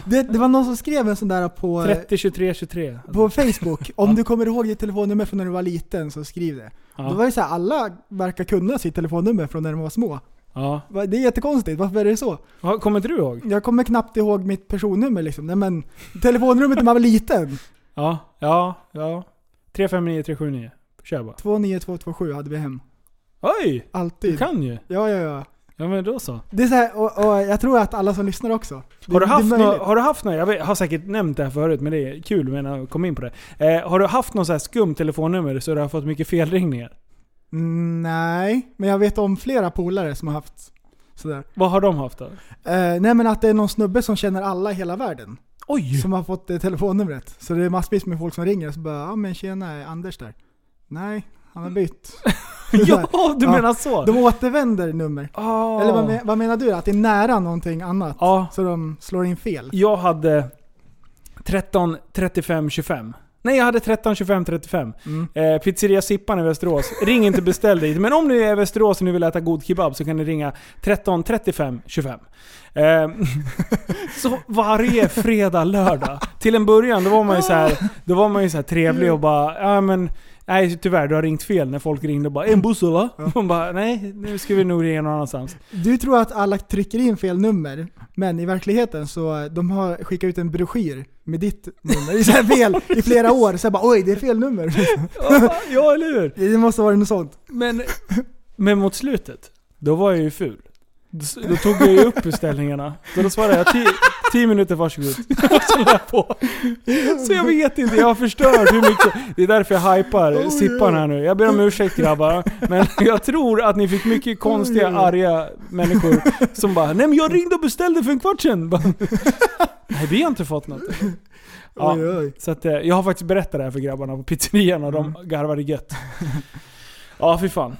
S5: Det, det var någon som skrev en sån där på,
S4: 30 23 23. [laughs]
S5: på Facebook. Om du kommer ihåg ditt telefonnummer från när du var liten så skriv det. Då var
S4: Ja.
S5: det så här, alla verkar kunna sitt telefonnummer från när de var små.
S4: Ja.
S5: Va- Det är jättekonstigt, varför är det så?
S4: Ja, Kommer inte du ihåg?
S5: Jag kommer knappt ihåg mitt personnummer liksom. Nej men, telefonnumret när man var liten. [laughs]
S4: Ja. Ja. Ja. 359 379. Kör bara.
S5: 29227 hade vi hem.
S4: Oj! Du
S5: Alltid.
S4: kan ju.
S5: Ja, ja, ja.
S4: Ja men då så.
S5: Det är så här, och, och jag tror att alla som lyssnar också. Det-
S4: Har du
S5: det är
S4: haft,
S5: möjligt.
S4: nå- har du haft någon, jag vet, har säkert nämnt det här förut men det är kul men jag kom in på det. Eh, har du haft någon så här skum telefonnummer så du har fått mycket felringningar?
S5: Mm, Nej, men jag vet om flera polare som har haft sådär.
S4: Vad har de haft då?
S5: Eh, nej men att det är någon snubbe som känner alla i hela världen.
S4: Oj!
S5: Som har fått eh, telefonnumret. Så det är massvis med folk som ringer och så bara ja men tjena, är Anders där? Nej, han har bytt.
S4: [laughs] [laughs] ja, du
S5: Ja.
S4: menar så?
S5: De återvänder nummer.
S4: Ah.
S5: Eller vad, men- vad menar du? Att det är nära någonting annat?
S4: Ja.
S5: Så de slår in fel?
S4: Jag hade 13, 35, 25. Nej, jag hade 13, 25, 35.
S5: Mm.
S4: Eh, pizzeria Sippan i Västerås. Ring inte beställ dit. Men om ni är i Västerås och ni vill äta god kebab så kan ni ringa 13, 35, 25. Eh, [laughs] så varje fredag, lördag. Till en början då var man ju så här, då var man ju så här trevlig och bara, ja men Nej tyvärr, du har ringt fel när folk ringde och bara en buss eller? Man bara nej, nu ska vi nog ringa någon annanstans.
S5: Du tror att alla trycker in fel nummer, men i verkligheten så de har skickat ut en broschyr med ditt nummer. Det är så här fel i flera år, så jag bara oj det är fel nummer.
S4: Ja, ja eller hur?
S5: Det måste vara något sånt.
S4: Men, men mot slutet, då var jag ju ful. Då, s- då tog jag ju upp ställningarna. Så då svarade jag 10 10 minuter varsågod. [laughs] Och så la jag på. Så jag vet inte, jag har förstört hur mycket. Det är därför jag hypar
S5: Oh,
S4: Sippan
S5: yeah.
S4: här nu. Jag ber om ursäkt grabbar. Men jag tror att ni fick mycket konstiga,
S5: yeah.
S4: arga människor som bara Nej men jag ringde och beställde för en kvart sedan. [laughs] Bara, Nej vi har inte fått något. Ja.
S5: Oj, oj.
S4: Så att, eh, jag har faktiskt berättat det här för grabbarna på pizzerian och de garvade gött. Ja fy fan.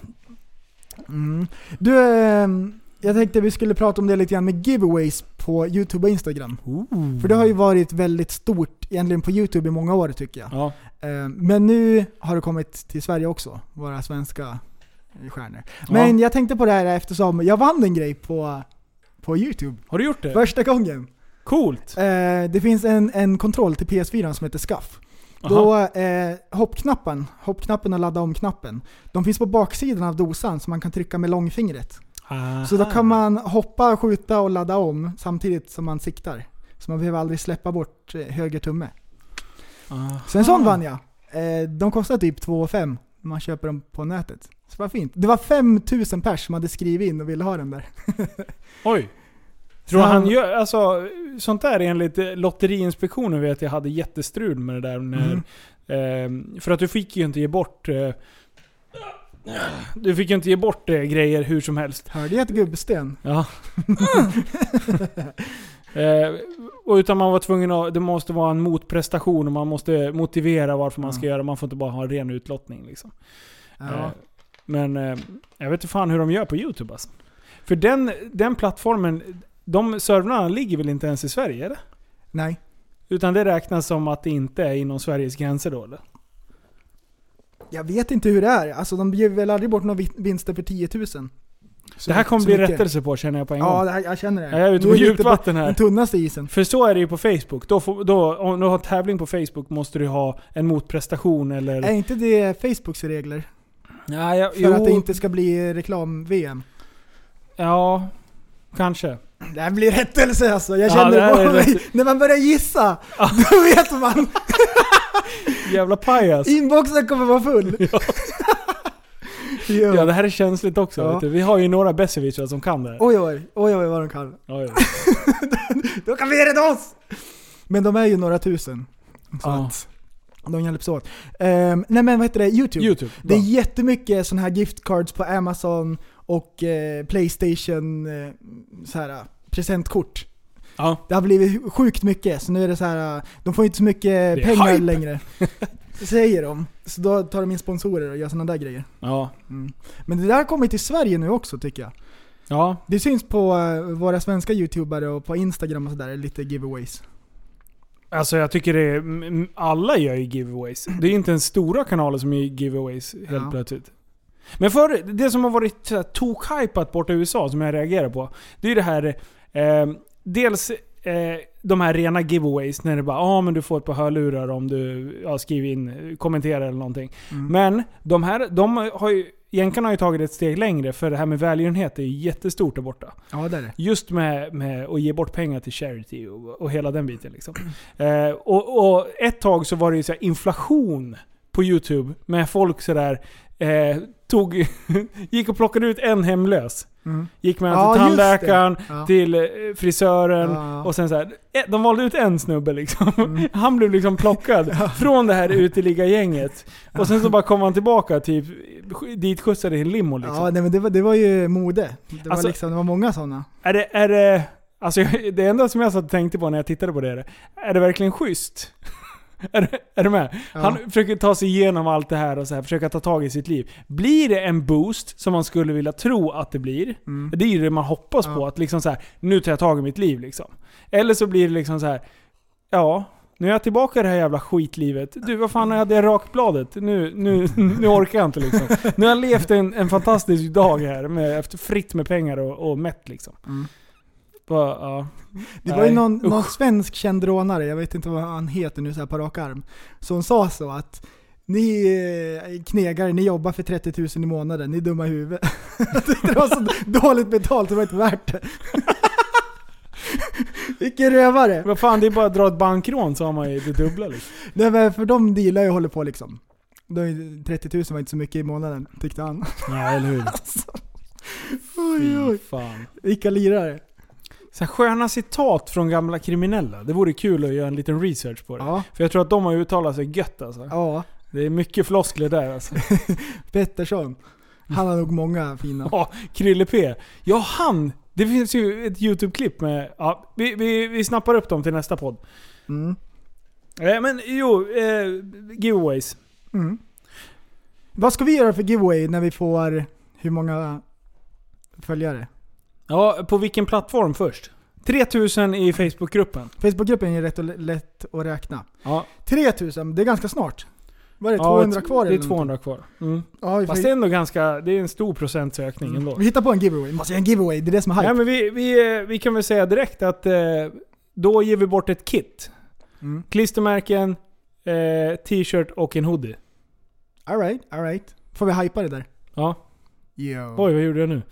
S5: Mm. Du, ehm, jag tänkte vi skulle prata om det lite grann med giveaways på Youtube och Instagram. För det har ju varit väldigt stort egentligen på Youtube i många år tycker jag.
S4: Ja.
S5: Eh, Men nu har det kommit till Sverige också, våra svenska stjärnor. Men jag tänkte på det här eftersom jag vann en grej på, på Youtube.
S4: Har du gjort det?
S5: Första gången.
S4: Coolt!
S5: Eh, det finns en, en kontroll till PS4 som heter SCAF. Då, eh, hoppknappen, hoppknappen och ladda om-knappen, de finns på baksidan av dosan så man kan trycka med långfingret.
S4: Aha.
S5: Så då kan man hoppa, skjuta och ladda om samtidigt som man siktar. Så man behöver aldrig släppa bort eh, höger tumme.
S4: Aha.
S5: Så en sån vann jag. Eh, de kostar typ 2 5 man köper dem på nätet. Så det var fint. Det var 5000 pers som hade skrivit in och ville ha den där.
S4: Oj! Tror
S5: Så
S4: han gör, alltså, sånt där enligt eh, Lotteriinspektionen vet jag hade jättestrul med det där. När, eh, för att du fick ju inte ge bort... Eh, du fick ju inte ge bort eh, grejer hur som helst.
S5: Hörde jag ett gubbsten?
S4: Ja. [laughs] eh, och utan man var tvungen att, det måste vara en motprestation och man måste motivera varför man ska göra Man får inte bara ha ren utlottning liksom. Eh,
S5: Mm. Ja.
S4: Men eh, jag vet inte fan hur de gör på YouTube alltså. För den, den plattformen, de servrarna ligger väl inte ens i Sverige eller?
S5: Nej.
S4: Utan det räknas som att det inte är inom Sveriges gränser då eller?
S5: Jag vet inte hur det är. Alltså de ger väl aldrig bort några vin- vinster för 10 000. Så-
S4: det här kommer
S5: så
S4: bli
S5: mycket.
S4: rättelse på känner jag på en
S5: Ja,
S4: gång.
S5: det här, jag känner det.
S4: Jag är ute
S5: Nu
S4: på
S5: lite
S4: djupt
S5: på
S4: vatten här.
S5: Den tunnaste isen.
S4: För så är det ju på Facebook. Då får, då, om du har tävling på Facebook måste du ha en motprestation eller...
S5: Är inte det Facebooks regler?
S4: ja, jag,
S5: För att det inte ska bli reklam-VM.
S4: Ja, kanske.
S5: Det här blir rättelse alltså, jag
S4: Ja,
S5: känner
S4: det här
S5: det på
S4: är
S5: mig.
S4: rätt- Alltså.
S5: När man börjar gissa, då vet man.
S4: Jävla pajas.
S5: Inboxen kommer vara full. Jo.
S4: Ja, det här är känsligt också.
S5: Ja.
S4: Vet du. Vi har ju några besserwissrar som kan det här.
S5: Oj oj, oj oj vad de kan.
S4: Oj, oj.
S5: Då kan vi rädda oss! Men de är ju några tusen. Så
S4: Ja.
S5: att de hjälps åt. Ehm, nej men vad heter det? Youtube.
S4: Youtube.
S5: Det är
S4: bra.
S5: jättemycket sådana här gift cards på Amazon och eh, Playstation eh, så här, eh, presentkort.
S4: Ja.
S5: Det har blivit sjukt mycket, så nu är det så här. eh, de får inte så mycket
S4: Det är
S5: pengar
S4: hype. [laughs]
S5: längre. Säger de. Så då tar de in sponsorer och gör sådana där grejer. Mm.
S4: Ja.
S5: Men det där har kommit till Sverige nu också tycker jag.
S4: Ja,
S5: Det syns på eh, våra svenska youtubare och på Instagram och sådär, lite giveaways.
S4: Alltså jag tycker det är, m- m- alla gör ju giveaways. Det är ju inte ens stora kanaler som gör giveaways helt
S5: Ja.
S4: plötsligt. Men för det som har varit så här tokhypat borta i USA som jag reagerar på. Det är ju det här, eh, dels eh, de här rena giveaways när det bara ah, men du får ett par hörlurar om du ja, skriver in, kommenterar eller någonting. Men de här, de har ju, jänkarna har ju tagit ett steg längre för det här med välgörenhet är ju jättestort där borta.
S5: Ja det är det.
S4: Just med, med att ge bort pengar till charity och, och hela den biten. Liksom. Eh, och, och ett tag så var det ju så här inflation på YouTube med folk sådär eh, tog, [laughs] gick och plockade ut en hemlös.
S5: Mm.
S4: Gick med
S5: Ja,
S4: han till
S5: just det.
S4: tandläkaren,
S5: Ja.
S4: till eh, frisören
S5: Ja. Mm.
S4: och sen så här, eh, De valde ut en snubbe liksom. [laughs] Han blev liksom plockad från
S5: [laughs]
S4: det här uteliggargänget. Och sen så bara kom han tillbaka typ dit skjutsade i en limo liksom.
S5: Ja, nej, men det, var, det var ju mode. Det,
S4: Alltså-
S5: var, liksom, det var många sådana.
S4: Är det, är det, alltså [laughs] jag- det enda som jag satt och tänkte på när jag tittade på det är det, är det verkligen schysst? [laughs] är, du- är du med?
S5: Ja. [laughs]
S4: Han försöker ta sig igenom allt det här och så här, försöka ta tag i sitt liv. Blir det en boost som man skulle vilja tro att det blir? Det är ju det man hoppas på,
S5: Mm. Ja.
S4: att liksom så här, nu tar jag tag i mitt liv liksom. Eller så blir det liksom så här, ja, nu är jag tillbaka i det här jävla skitlivet. Du, vad fan hade jag rakbladet? Nu, nu, [laughs] nu orkar jag inte liksom. Nu har jag levt en, en fantastisk dag här, med, efter, fritt med pengar och, och mätt liksom.
S5: Mm.
S4: Bara, ja.
S5: Det var ju
S4: Nej,
S5: någon,
S4: usch.
S5: någon svensk känd rånare, jag vet inte vad han heter nu så här på rak arm, som sa så att Ni eh, knegare, ni jobbar för 30 000 i månaden, ni är dumma i huvudet. [laughs] Jag tyckte det var så dåligt betalt, det var inte värt det. [laughs] Vilken rövare!
S4: Vad fan, det är bara att dra ett bankrån så har man ju det dubbla liksom.
S5: Nej men för de dealar ju och håller på liksom. De- 30 000 var inte så mycket i månaden, tyckte han.
S4: Nej, eller hur?
S5: [laughs]
S4: [laughs]
S5: Oj,
S4: Fy
S5: oj.
S4: fan.
S5: Vilka lirare.
S4: Så här, sköna citat från gamla kriminella. Det vore kul att göra en liten research på det.
S5: Ja.
S4: För jag tror att de har uttalat sig gött alltså.
S5: Ja,
S4: Det är mycket floskler där
S5: [laughs]
S4: alltså.
S5: Pettersson. Han har nog många fina.
S4: Ja, Krille P. Ja, han. Det finns ju ett YouTube-klipp med... Ja, vi, vi, vi snappar upp dem till nästa podd.
S5: Mm.
S4: Eh, men jo, eh, giveaways.
S5: Mm. Vad ska vi göra för giveaway när vi får hur många följare?
S4: Ja, på vilken plattform först? 3000 i Facebookgruppen.
S5: Facebookgruppen är ju rätt och l- lätt att räkna.
S4: Ja,
S5: 3000, det är ganska snart. Vad är det? 200
S4: ja,
S5: kvar
S4: Det är
S5: eller någonting?
S4: 200 kvar. Mm.
S5: Ja, vi, Mm.
S4: Fast det är ändå ganska... Det är en stor procentsökning ändå.
S5: vi hittar på en giveaway. Vi måste göra en giveaway, det är det som är hype.
S4: Nej, men vi, vi, eh, vi kan väl säga direkt att eh, då ger vi bort ett kit.
S5: Mm.
S4: Klistermärken, eh, t-shirt och en hoodie.
S5: Alright, alright. Får vi hypa det där?
S4: Ja.
S5: Yo.
S4: Oj, vad gjorde jag nu?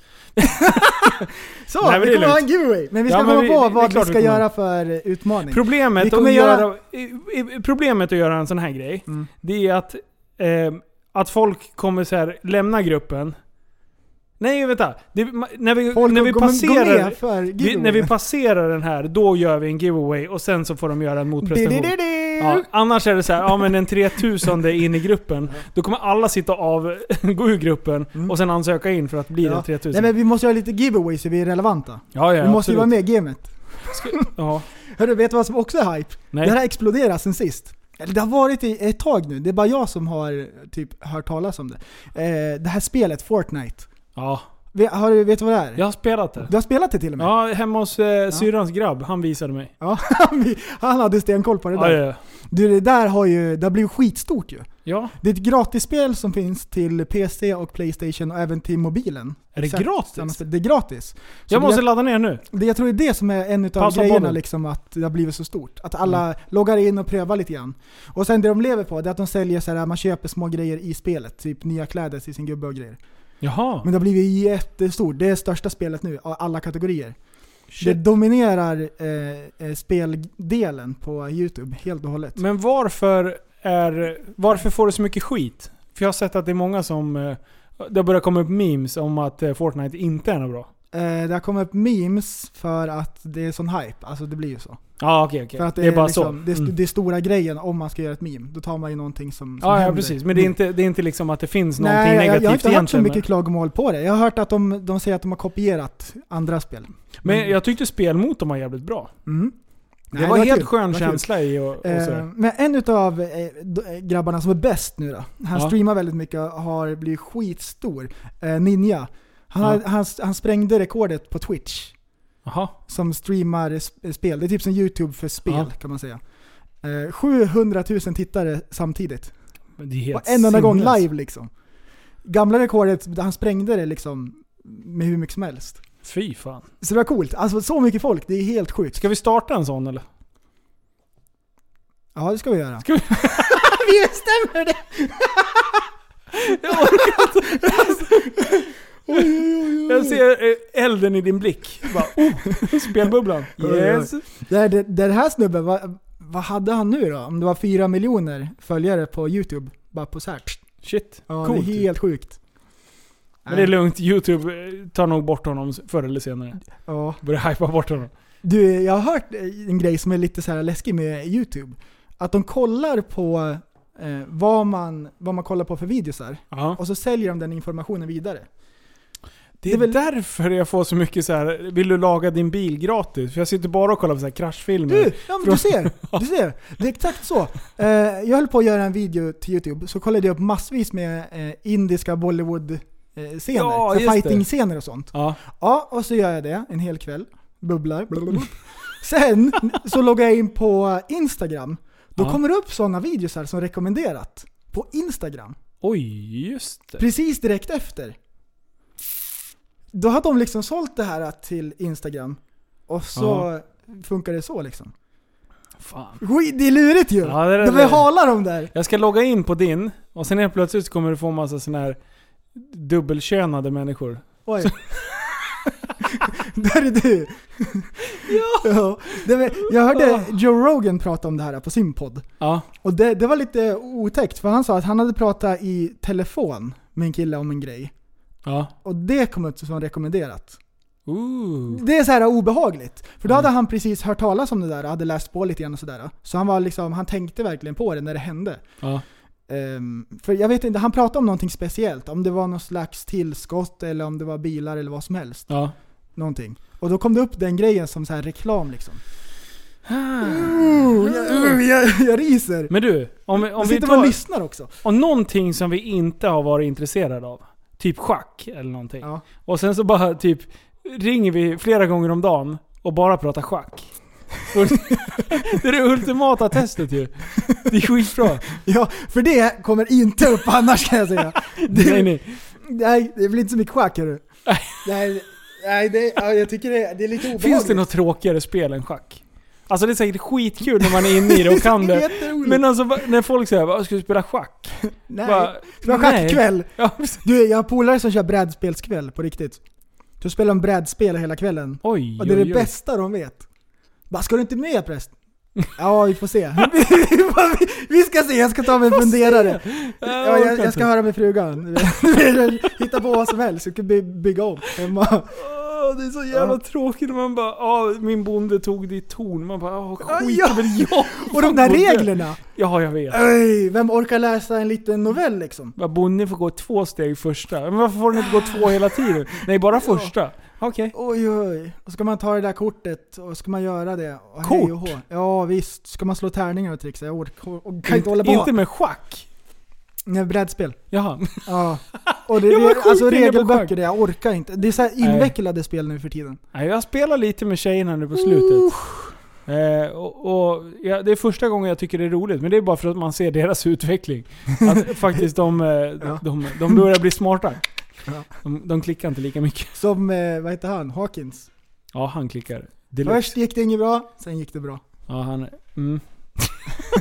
S5: Så,
S4: Nej, men det
S5: vi
S4: är
S5: kommer ha en
S4: lugnt.
S5: giveaway. Men vi
S4: Ja,
S5: ska
S4: men
S5: komma
S4: vi-
S5: på
S4: det- det är
S5: vad vi
S4: klart vi
S5: ska
S4: kommer.
S5: göra för eh, utmaning. Vi
S4: Problemet,
S5: kommer
S4: att
S5: göra-
S4: göra, i- i- problemet att göra en sån här grej,
S5: Mm.
S4: det är att, eh, att folk kommer så här lämna gruppen. Nej vänta. Det, ma- när vi,
S5: Folk
S4: när vi
S5: går- går- går
S4: passerar...
S5: med för
S4: Vi,
S5: giveaway.
S4: när vi passerar den här, då gör vi en giveaway och sen så får de göra en motprestation.
S5: Di-di-di-di.
S4: Ja, annars är det så här, ja men en 3000 in i gruppen. Då kommer alla sitta av, [laughs] gå ur gruppen
S5: Mm.
S4: och sen ansöka in för att bli
S5: Ja.
S4: den 3000.
S5: Nej men vi måste göra lite giveaways så vi är relevanta.
S4: ja, ja,
S5: vi måste ju vara
S4: absolut.
S5: med i gamet.
S4: Ja,
S5: Hörru, vet du vad som också är hype?
S4: nej.
S5: Det här har exploderat sen sist. Eller det har varit i ett tag nu, det är bara jag som har typ hört talas om det. Eh, det här spelet, Fortnite.
S4: ja,
S5: Ve- Har du, vet du vad det är?
S4: jag har spelat det.
S5: Du har spelat det till och med?
S4: Ja, hemma hos eh, syrrans grabb. Han visade mig.
S5: Ja, han- Han hade stenkoll på det
S4: Ja,
S5: där.
S4: ja, ja.
S5: Du, det där har ju, det har blivit skitstort ju.
S4: ja.
S5: Det är ett gratisspel som finns till PC och Playstation och även till mobilen.
S4: Är det
S5: Exakt
S4: gratis?
S5: samma spel. Det är gratis. Så
S4: Jag
S5: det-
S4: måste ladda ner nu.
S5: Det, jag tror det är det som är en utav
S4: Pausa
S5: grejerna
S4: bollen.
S5: liksom, att det har blivit så stort. Att alla
S4: Mm.
S5: loggar in och prövar lite grann. Och sen det de lever på, det är att de säljer så här, man köper små grejer i spelet. Typ nya kläder till sin gubbe och grejer.
S4: Jaha.
S5: Men det har blivit jättestort. Det är största spelet nu, av alla kategorier. Det dominerar eh, eh, speldelen på Youtube helt och hållet.
S4: Men varför, är, varför får du så mycket skit? För jag har sett att det är många som... eh, Det har börjat komma upp memes om att eh, Fortnite inte är något bra.
S5: Eh, det har kommit upp memes för att det är sån hype. Alltså det blir ju så.
S4: Ja, okej, okej.
S5: För att
S4: Det är bara så.
S5: liksom, Det, är st-
S4: Mm.
S5: det är stora grejen om man ska göra ett meme. Då tar man ju någonting som, som
S4: Ja, ja,
S5: händer.
S4: precis. Men det är inte, det är inte liksom att det finns någonting
S5: Nej, jag-
S4: negativt
S5: jag har inte hört så
S4: egentligen.
S5: mycket klagomål på det. Jag har hört att de, de säger att de har kopierat andra spel.
S4: men, men jag tyckte spelmotorn var jävligt bra.
S5: Mm. Nej,
S4: det var helt
S5: kul.
S4: skön
S5: Det var kul.
S4: känsla i och, och
S5: Eh,
S4: sådär.
S5: men en utav eh, d- eh, grabbarna som är bäst nu då, han
S4: Ja.
S5: streamar väldigt mycket och har blivit skitstor. Eh, Ninja. Han,
S4: Ja.
S5: har- han, han sprängde rekordet på Twitch
S4: Jaha.
S5: som streamar sp- spel. Det är typ som YouTube för spel
S4: Ja.
S5: kan man säga. Eh, 700 000 tittare samtidigt.
S4: Men Det är helt
S5: Och en enda gång
S4: sinnes.
S5: live liksom. Gamla rekordet, han sprängde det liksom med hur mycket som helst.
S4: Fy fan.
S5: Så det var coolt. Alltså så mycket folk, det är helt sjukt.
S4: Ska vi starta en sån eller?
S5: Ja, det ska vi göra.
S4: Ska vi-
S5: [laughs] vi stämmer det!
S4: [laughs]
S5: Mm.
S4: Jag ser eh, elden i din blick. Bara, oh, [laughs] spelbubblan. Yes.
S5: Det, det, den här snubben, vad, vad hade han nu då? Om det var fyra miljoner följare på YouTube, bara på så här.
S4: Shit.
S5: Ja,
S4: Coolt.
S5: det är helt sjukt.
S4: Men det är lugnt, YouTube eh, tar nog bort honom förr eller senare.
S5: Ja.
S4: Börjar hypa bort honom.
S5: Du, jag har hört eh, en grej som är lite så här läskig med YouTube. Att de kollar på eh, vad, man, vad man kollar på för videosar
S4: Ja.
S5: och så säljer de den informationen vidare.
S4: Det
S5: det
S4: är
S5: är väl-
S4: därför jag får så mycket så här. vill du laga din bil gratis? För jag sitter bara och kollar på så här kraschfilmer.
S5: Du, ja, men du ser!
S4: [laughs]
S5: Du ser! Det är exakt så. Eh, jag höll på att göra en video till Youtube, så kollade jag upp massvis med eh, indiska Bollywood-scener.
S4: Ja,
S5: Ja,
S4: just det.
S5: Fighting-scener och sånt.
S4: Ja.
S5: Ja, och så gör jag det en hel kväll. Bubblar. blablabla. Sen så loggar jag in på Instagram. Då
S4: Ja.
S5: kommer det upp sådana videos här som rekommenderat. På Instagram.
S4: Oj, just det.
S5: Precis direkt efter. Då har de liksom sålt det här till Instagram. Och så funkar det så liksom.
S4: Fan.
S5: Skit, det är lurigt ju!
S4: Ja, det är det.
S5: de är hala de där!
S4: Jag ska logga in på din Och sen helt plötsligt så kommer du få massa sådana här dubbelkönade människor.
S5: Oj. [laughs] Där är du! ja! det var- Jag hörde Joe Rogan prata om det här på sin podd.
S4: Ja.
S5: Och det, det var lite otäckt, för han sa att han hade pratat i telefon med en kille om en grej.
S4: Ja.
S5: Och det kom upp som rekommenderat.
S4: Ooh.
S5: Det är så här obehagligt.
S4: Mm.
S5: För då hade han precis hört talas om det där och hade läst på lite grann och sådär. Så han var liksom, han tänkte verkligen på det när det hände.
S4: Ja.
S5: Ehm, för jag vet inte, han pratade om någonting speciellt. Om det var någon slags tillskott eller om det var bilar eller vad som helst.
S4: Ja.
S5: Någonting. Och då kom det upp den grejen som så här reklam liksom. Oh, jag, jag, jag riser.
S4: Men du, Ah. om, om
S5: jag
S4: vi
S5: sitter och
S4: tar
S5: lyssnar också.
S4: och någonting som vi inte har varit intresserade av. Typ schack eller någonting.
S5: Ja.
S4: Och sen så bara typ ringer vi flera gånger om dagen och bara pratar schack. [laughs] Och det är det ultimata testet ju. Det är skitbra.
S5: [laughs] ja, för det kommer inte upp annars kan jag säga. Det-
S4: Nej, nej.
S5: Nej, det blir inte så mycket schack hörru. Nej, nej det, ja, jag tycker det, det är lite obehagligt.
S4: Finns det något tråkigare spel än schack? Alltså det är säkert skitkul när man är inne i det och kan
S5: [laughs] Det är
S4: det.
S5: jätteroligt.
S4: Men alltså va- när folk säger "Vad, ska du spela schack?
S5: nej.
S4: Bara,
S5: det var
S4: nej.
S5: schackkväll.
S4: Ja, precis.
S5: Du, jag har polare som kör brädspelskväll på riktigt. Du spelar de brädspel hela kvällen.
S4: Oj,
S5: Och det är
S4: oj,
S5: det
S4: oj.
S5: bästa de vet. Bara, ska du inte med präst? [laughs] Ja, vi får [laughs] se. Vi- bara, vi- vi ska se, jag ska ta mig en funderare. Ja, jag, jag ska höra med frugan. [laughs] Hitta på vad som helst, jag ska by, bygga om hemma.
S4: Åh, det är så jävla
S5: Ja.
S4: tråkigt när man bara "Ah, min bonde tog ditt torn. Man bara "Ah,
S5: Ja,
S4: skit [laughs]
S5: ja.
S4: väl jag.
S5: [laughs] Och de där reglerna!
S4: Ja, jag vet.
S5: Öj, vem orkar läsa en liten novell liksom?
S4: Bara, bonden får gå två steg första. Men varför får den inte gå
S5: [laughs]
S4: två hela tiden? Nej, bara första. Okej.
S5: Oj oj, och ska man ta det där kortet och ska man göra det? Och
S4: Kort?
S5: hej och hå. Ja visst, ska man slå tärningar och trixa? Jag orkar, orkar kan inte hålla på.
S4: Inte med schack.
S5: Nej, brädspel.
S4: Jaha.
S5: Ja. Och det,
S4: [laughs] Jag var
S5: det,
S4: sjukt
S5: alltså
S4: inne på
S5: regelböcker,
S4: schack.
S5: det, jag orkar inte. Det är så här invecklade spel nu för tiden.
S4: Nej, jag spelar lite med tjejerna nu på slutet. Eh, och, och, ja, det är första gången jag tycker det är roligt, men det är bara för att man ser deras [laughs] utveckling. Att faktiskt de, eh,
S5: Ja.
S4: de, de börjar bli smarta.
S5: Ja.
S4: De, de klickar inte lika mycket.
S5: Som, eh, vad heter han, Hawkins.
S4: Ja, han klickar. Deluxe.
S5: Först gick det inget bra, sen gick det bra. [laughs]
S4: Ja, han... Mm.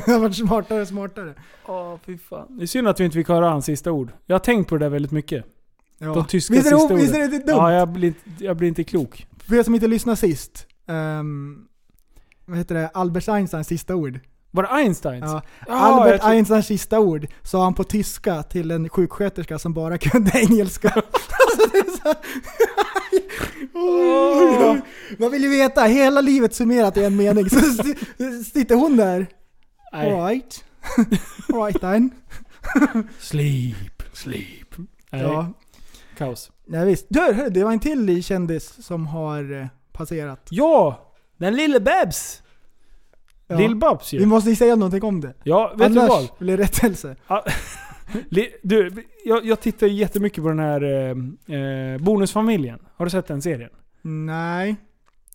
S5: Han vart smartare och smartare.
S4: Åh, fy fan. Det är synd att vi inte fick höra hans sista ord. Jag har tänkt på det där väldigt mycket.
S5: Ja.
S4: De tyska
S5: visst, är
S4: sista
S5: det, visst är det
S4: orden.
S5: inte dumt?
S4: Ja, jag blir, inte- jag blir inte klok.
S5: För er som inte lyssnade sist. ehm, vad heter det? Albert Einsteins sista ord.
S4: Var det Einsteins?
S5: Ja.
S4: Ja, jag
S5: Albert
S4: tror-
S5: Einsteins sista ord sa han på tyska till en sjuksköterska som bara kunde [laughs] engelska. alltså, det är så här- [laughs]
S4: Åh.
S5: Man vill ju veta, hela livet summerat i en mening. Så s- sitter hon där.
S4: Nej.
S5: Alright. Alright Ein.
S4: Sleep, sleep. Nej,
S5: Ja.
S4: kaos.
S5: Nej, visst. Du, hörru, det var en till kändis som har eh, passerat.
S4: Ja! Den lille Babs!
S5: Ja.
S4: Lill-Babs
S5: Vi
S4: ju.
S5: måste ju säga någonting om det.
S4: Ja, vet du vad?
S5: Annars blir det rättelse.
S4: Li- Du, jag, jag tittar ju jättemycket på den här eh, eh, Bonusfamiljen. Har du sett den serien?
S5: Nej.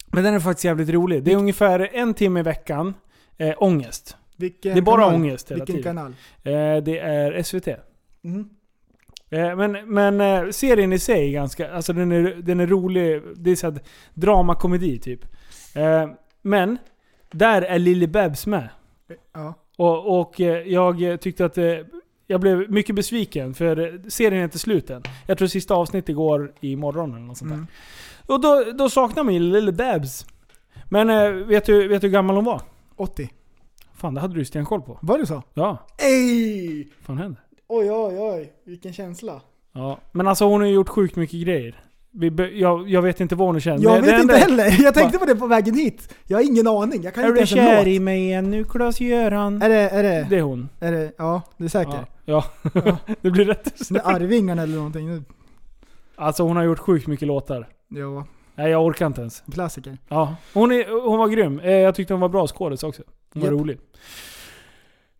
S4: Men den är faktiskt jävligt rolig. Det är ungefär en timme i veckan eh, ångest.
S5: Vilken
S4: Det är bara
S5: kanal?
S4: ångest hela
S5: Vilken
S4: tiden.
S5: kanal?
S4: Eh, det är SVT.
S5: Mhm.
S4: Eh, Men, men eh, serien i sig är ganska, alltså den är, den är rolig. Det är så här dramakomedi typ. Eh, Men där är Lily Babs med.
S5: Ja.
S4: Och, och eh, jag tyckte att eh, jag blev mycket besviken för eh, serien är inte slut än. Jag tror sista avsnittet går imorgon eller något sånt där.
S5: Mm.
S4: Och då, då saknar man ju Lille Babs. Men eh, vet du, vet du hur gammal hon var?
S5: 80.
S4: Fan, det hade du ju stenkoll på.
S5: Var det så?
S4: Ja,
S5: Ej!
S4: fan hände?
S5: Oj, oj, oj. Vilken känsla.
S4: Ja. Men alltså hon har ju gjort sjukt mycket grejer. Vi, be- jag, jag vet inte vad hon känner.
S5: Jag
S4: men
S5: vet
S4: det
S5: inte
S4: enda-
S5: heller. Jag tänkte på det på vägen hit. Jag har ingen aning. Jag kan
S4: Är
S5: inte
S4: du
S5: ens
S4: kär
S5: en
S4: i
S5: låt. Äh.
S4: mig än nu Klas-Göran?
S5: Är det, är det,
S4: Det är hon.
S5: är det, ja, det är
S4: Ja,
S5: säkert.
S4: ja. [laughs] det blir rätt.
S5: Det är Arvingarna eller någonting. nu.
S4: Alltså hon har gjort sjukt mycket låtar.
S5: Ja,
S4: Nej jag orkar inte ens.
S5: klassiker.
S4: Ja, hon, är, hon var grym. Eh, Jag tyckte hon var bra skådis också. Hon var
S5: Japp.
S4: rolig.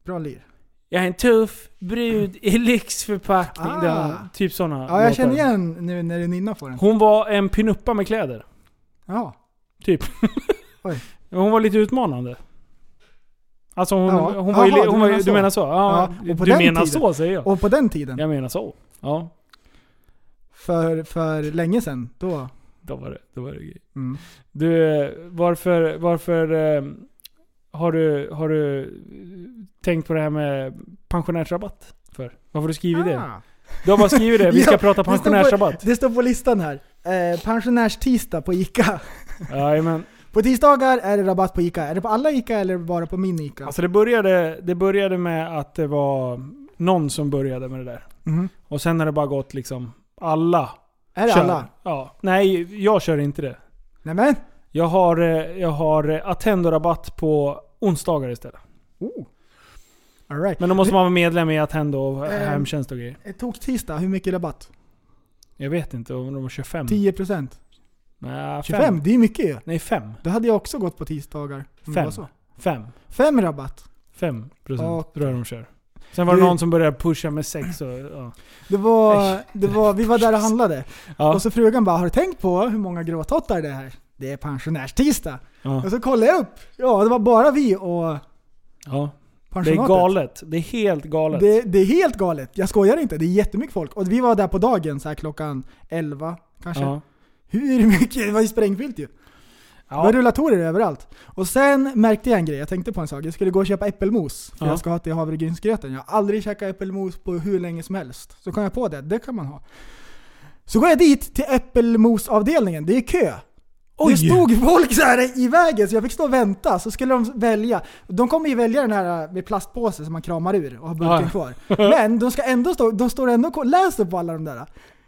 S5: Bra lir.
S4: Jag är en tuff brud i lyxförpackning.
S5: Ah.
S4: där. Typ sådana
S5: Ja, jag känner igen nu när du nynnar på den.
S4: Hon var en pinuppa med kläder.
S5: Ja.
S4: Typ.
S5: Oj.
S4: hon var lite utmanande. Alltså hon,
S5: Ja.
S4: hon var ju...
S5: Jaha,
S4: li- Hon var, ju-
S5: du menar
S4: du
S5: så.
S4: menar så? Ja,
S5: Ja, och på
S4: du
S5: den
S4: menar
S5: tiden.
S4: så säger jag.
S5: Och på den tiden,
S4: Jag menar så. Ja,
S5: för, för länge sedan, då...
S4: då var det, då var det grej.
S5: Mm.
S4: Du, eh, varför... varför eh, har, du, har du eh, tänkt på det här med pensionärsrabatt? för? Varför har du skrivit det? Du har bara skrivit
S5: [laughs]
S4: det, vi ska
S5: Ah. Ja,
S4: prata
S5: det står på-
S4: pensionärsrabatt.
S5: Det står på listan här. Eh, pensionärstisdag på ICA.
S4: Jajamän.
S5: På tisdagar är det rabatt på ICA. Är det på alla ICA eller bara på min ICA?
S4: Alltså det började, det började med att det var någon som började med det där.
S5: Mhm.
S4: Och sen har det bara gått liksom, alla
S5: Är det
S4: kör.
S5: alla?
S4: Ja. Nej, jag kör inte det.
S5: Nämen!
S4: Jag har, eh, jag har eh, Attendo-rabatt på onsdagar istället.
S5: Oh. All right.
S4: Men då måste man vara medlem i Attendo och
S5: Ehm.
S4: hemtjänst och grejer.
S5: Eh, Torstisdag, hur mycket rabatt?
S4: Mm. Jag vet inte om de har 25.
S5: 10%?
S4: Nej,
S5: 25? Det är ju mycket ju.
S4: Nej, 5.
S5: Då hade jag också gått på tisdagar. om det
S4: Fem.
S5: var så.
S4: 5.
S5: Fem rabatt.
S4: 5 procent
S5: Och-
S4: tror jag de kör. Sen var det
S5: Du-
S4: någon som började pusha med 6 och... Ja.
S5: Det var, det var, vi var där och handlade.
S4: ja.
S5: Och så frugan bara, har du tänkt på hur många gråtottar det är här? Det är pensionärstisdag.
S4: Ja.
S5: Och så kollade jag upp. Ja, det var bara vi och
S4: ja. Det är
S5: pensionatet.
S4: galet. Det är helt galet.
S5: Det, det är helt galet. Jag skojar inte. Det är jättemycket folk. Och vi var där på dagen, så här klockan 11 kanske.
S4: ja.
S5: Hur mycket? Det var ju sprängfyllt ju. Det var
S4: Ja.
S5: rullatorer överallt. Och sen märkte jag en grej, jag tänkte på en sak. Jag skulle gå och köpa äppelmos, för
S4: Ja.
S5: jag ska ha till havregrynsgröten. Jag har aldrig käkat äppelmos på hur länge som helst. Så kom jag på det, det kan man ha. Så går jag dit till äppelmosavdelningen, det är kö.
S4: Oj!
S5: Det stod folk så här i vägen så jag fick stå och vänta, så skulle de välja. De kommer ju välja den här eh, med plastpåse som man kramar ur och har burken
S4: Ja.
S5: kvar. Men de ska ändå stå, de står ändå och läser på alla de där.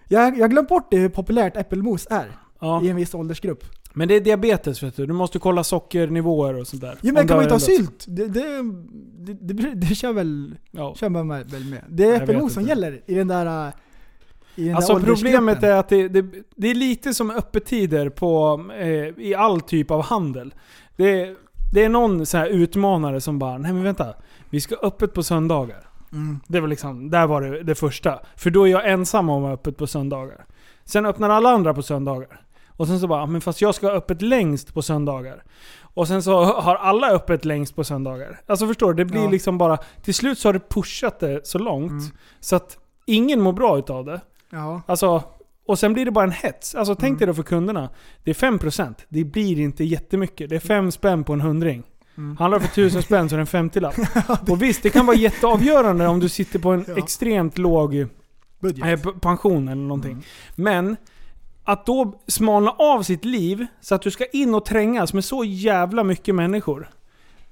S5: Jag jag har glömt bort det hur populärt äppelmos är
S4: Ja.
S5: i en viss åldersgrupp.
S4: Men det är diabetes vet du. Du måste kolla sockernivåer och sånt där.
S5: Ja
S4: Om
S5: men kan man
S4: har
S5: inte ha
S4: ändrats.
S5: sylt? Det, det, det, det, bry- det kör, väl,
S4: Ja.
S5: kör man väl med? Det är
S4: Jag vet
S5: äppelmos som
S4: inte.
S5: gäller i den där äh, i den
S4: Alltså
S5: där
S4: problemet
S5: åldersgruppen.
S4: är att det, det, det är lite som öppettider på, eh, i all typ av handel. Det, det är någon så här utmanare som bara Nej men vänta, vi ska öppet på söndagar.
S5: Mm.
S4: Det var liksom, där var det, det första. För då är jag ensam om öppet på söndagar. Sen öppnar alla andra på söndagar. Och sen så bara, men fast jag ska ha öppet längst på söndagar. Och sen så [laughs] har alla öppet längst på söndagar. Alltså förstår du? Det blir
S5: Ja.
S4: liksom bara... Till slut så har du pushat det så långt
S5: Mm.
S4: så att ingen mår bra utav det.
S5: Ja.
S4: Alltså, och sen blir det bara en hets. Alltså
S5: Mm.
S4: tänk dig då för kunderna. Det är 5%. Det blir inte jättemycket. Det är 5 spänn på en hundring.
S5: Mm.
S4: Handlar du för 1000 spänn så är det en
S5: [laughs]
S4: 50-lapp. Och visst, det kan vara jätteavgörande om du sitter på en
S5: Ja.
S4: extremt låg eh,
S5: Budget.
S4: p- pension eller någonting.
S5: Mm.
S4: Men att då smalna av sitt liv så att du ska in och trängas med så jävla mycket människor.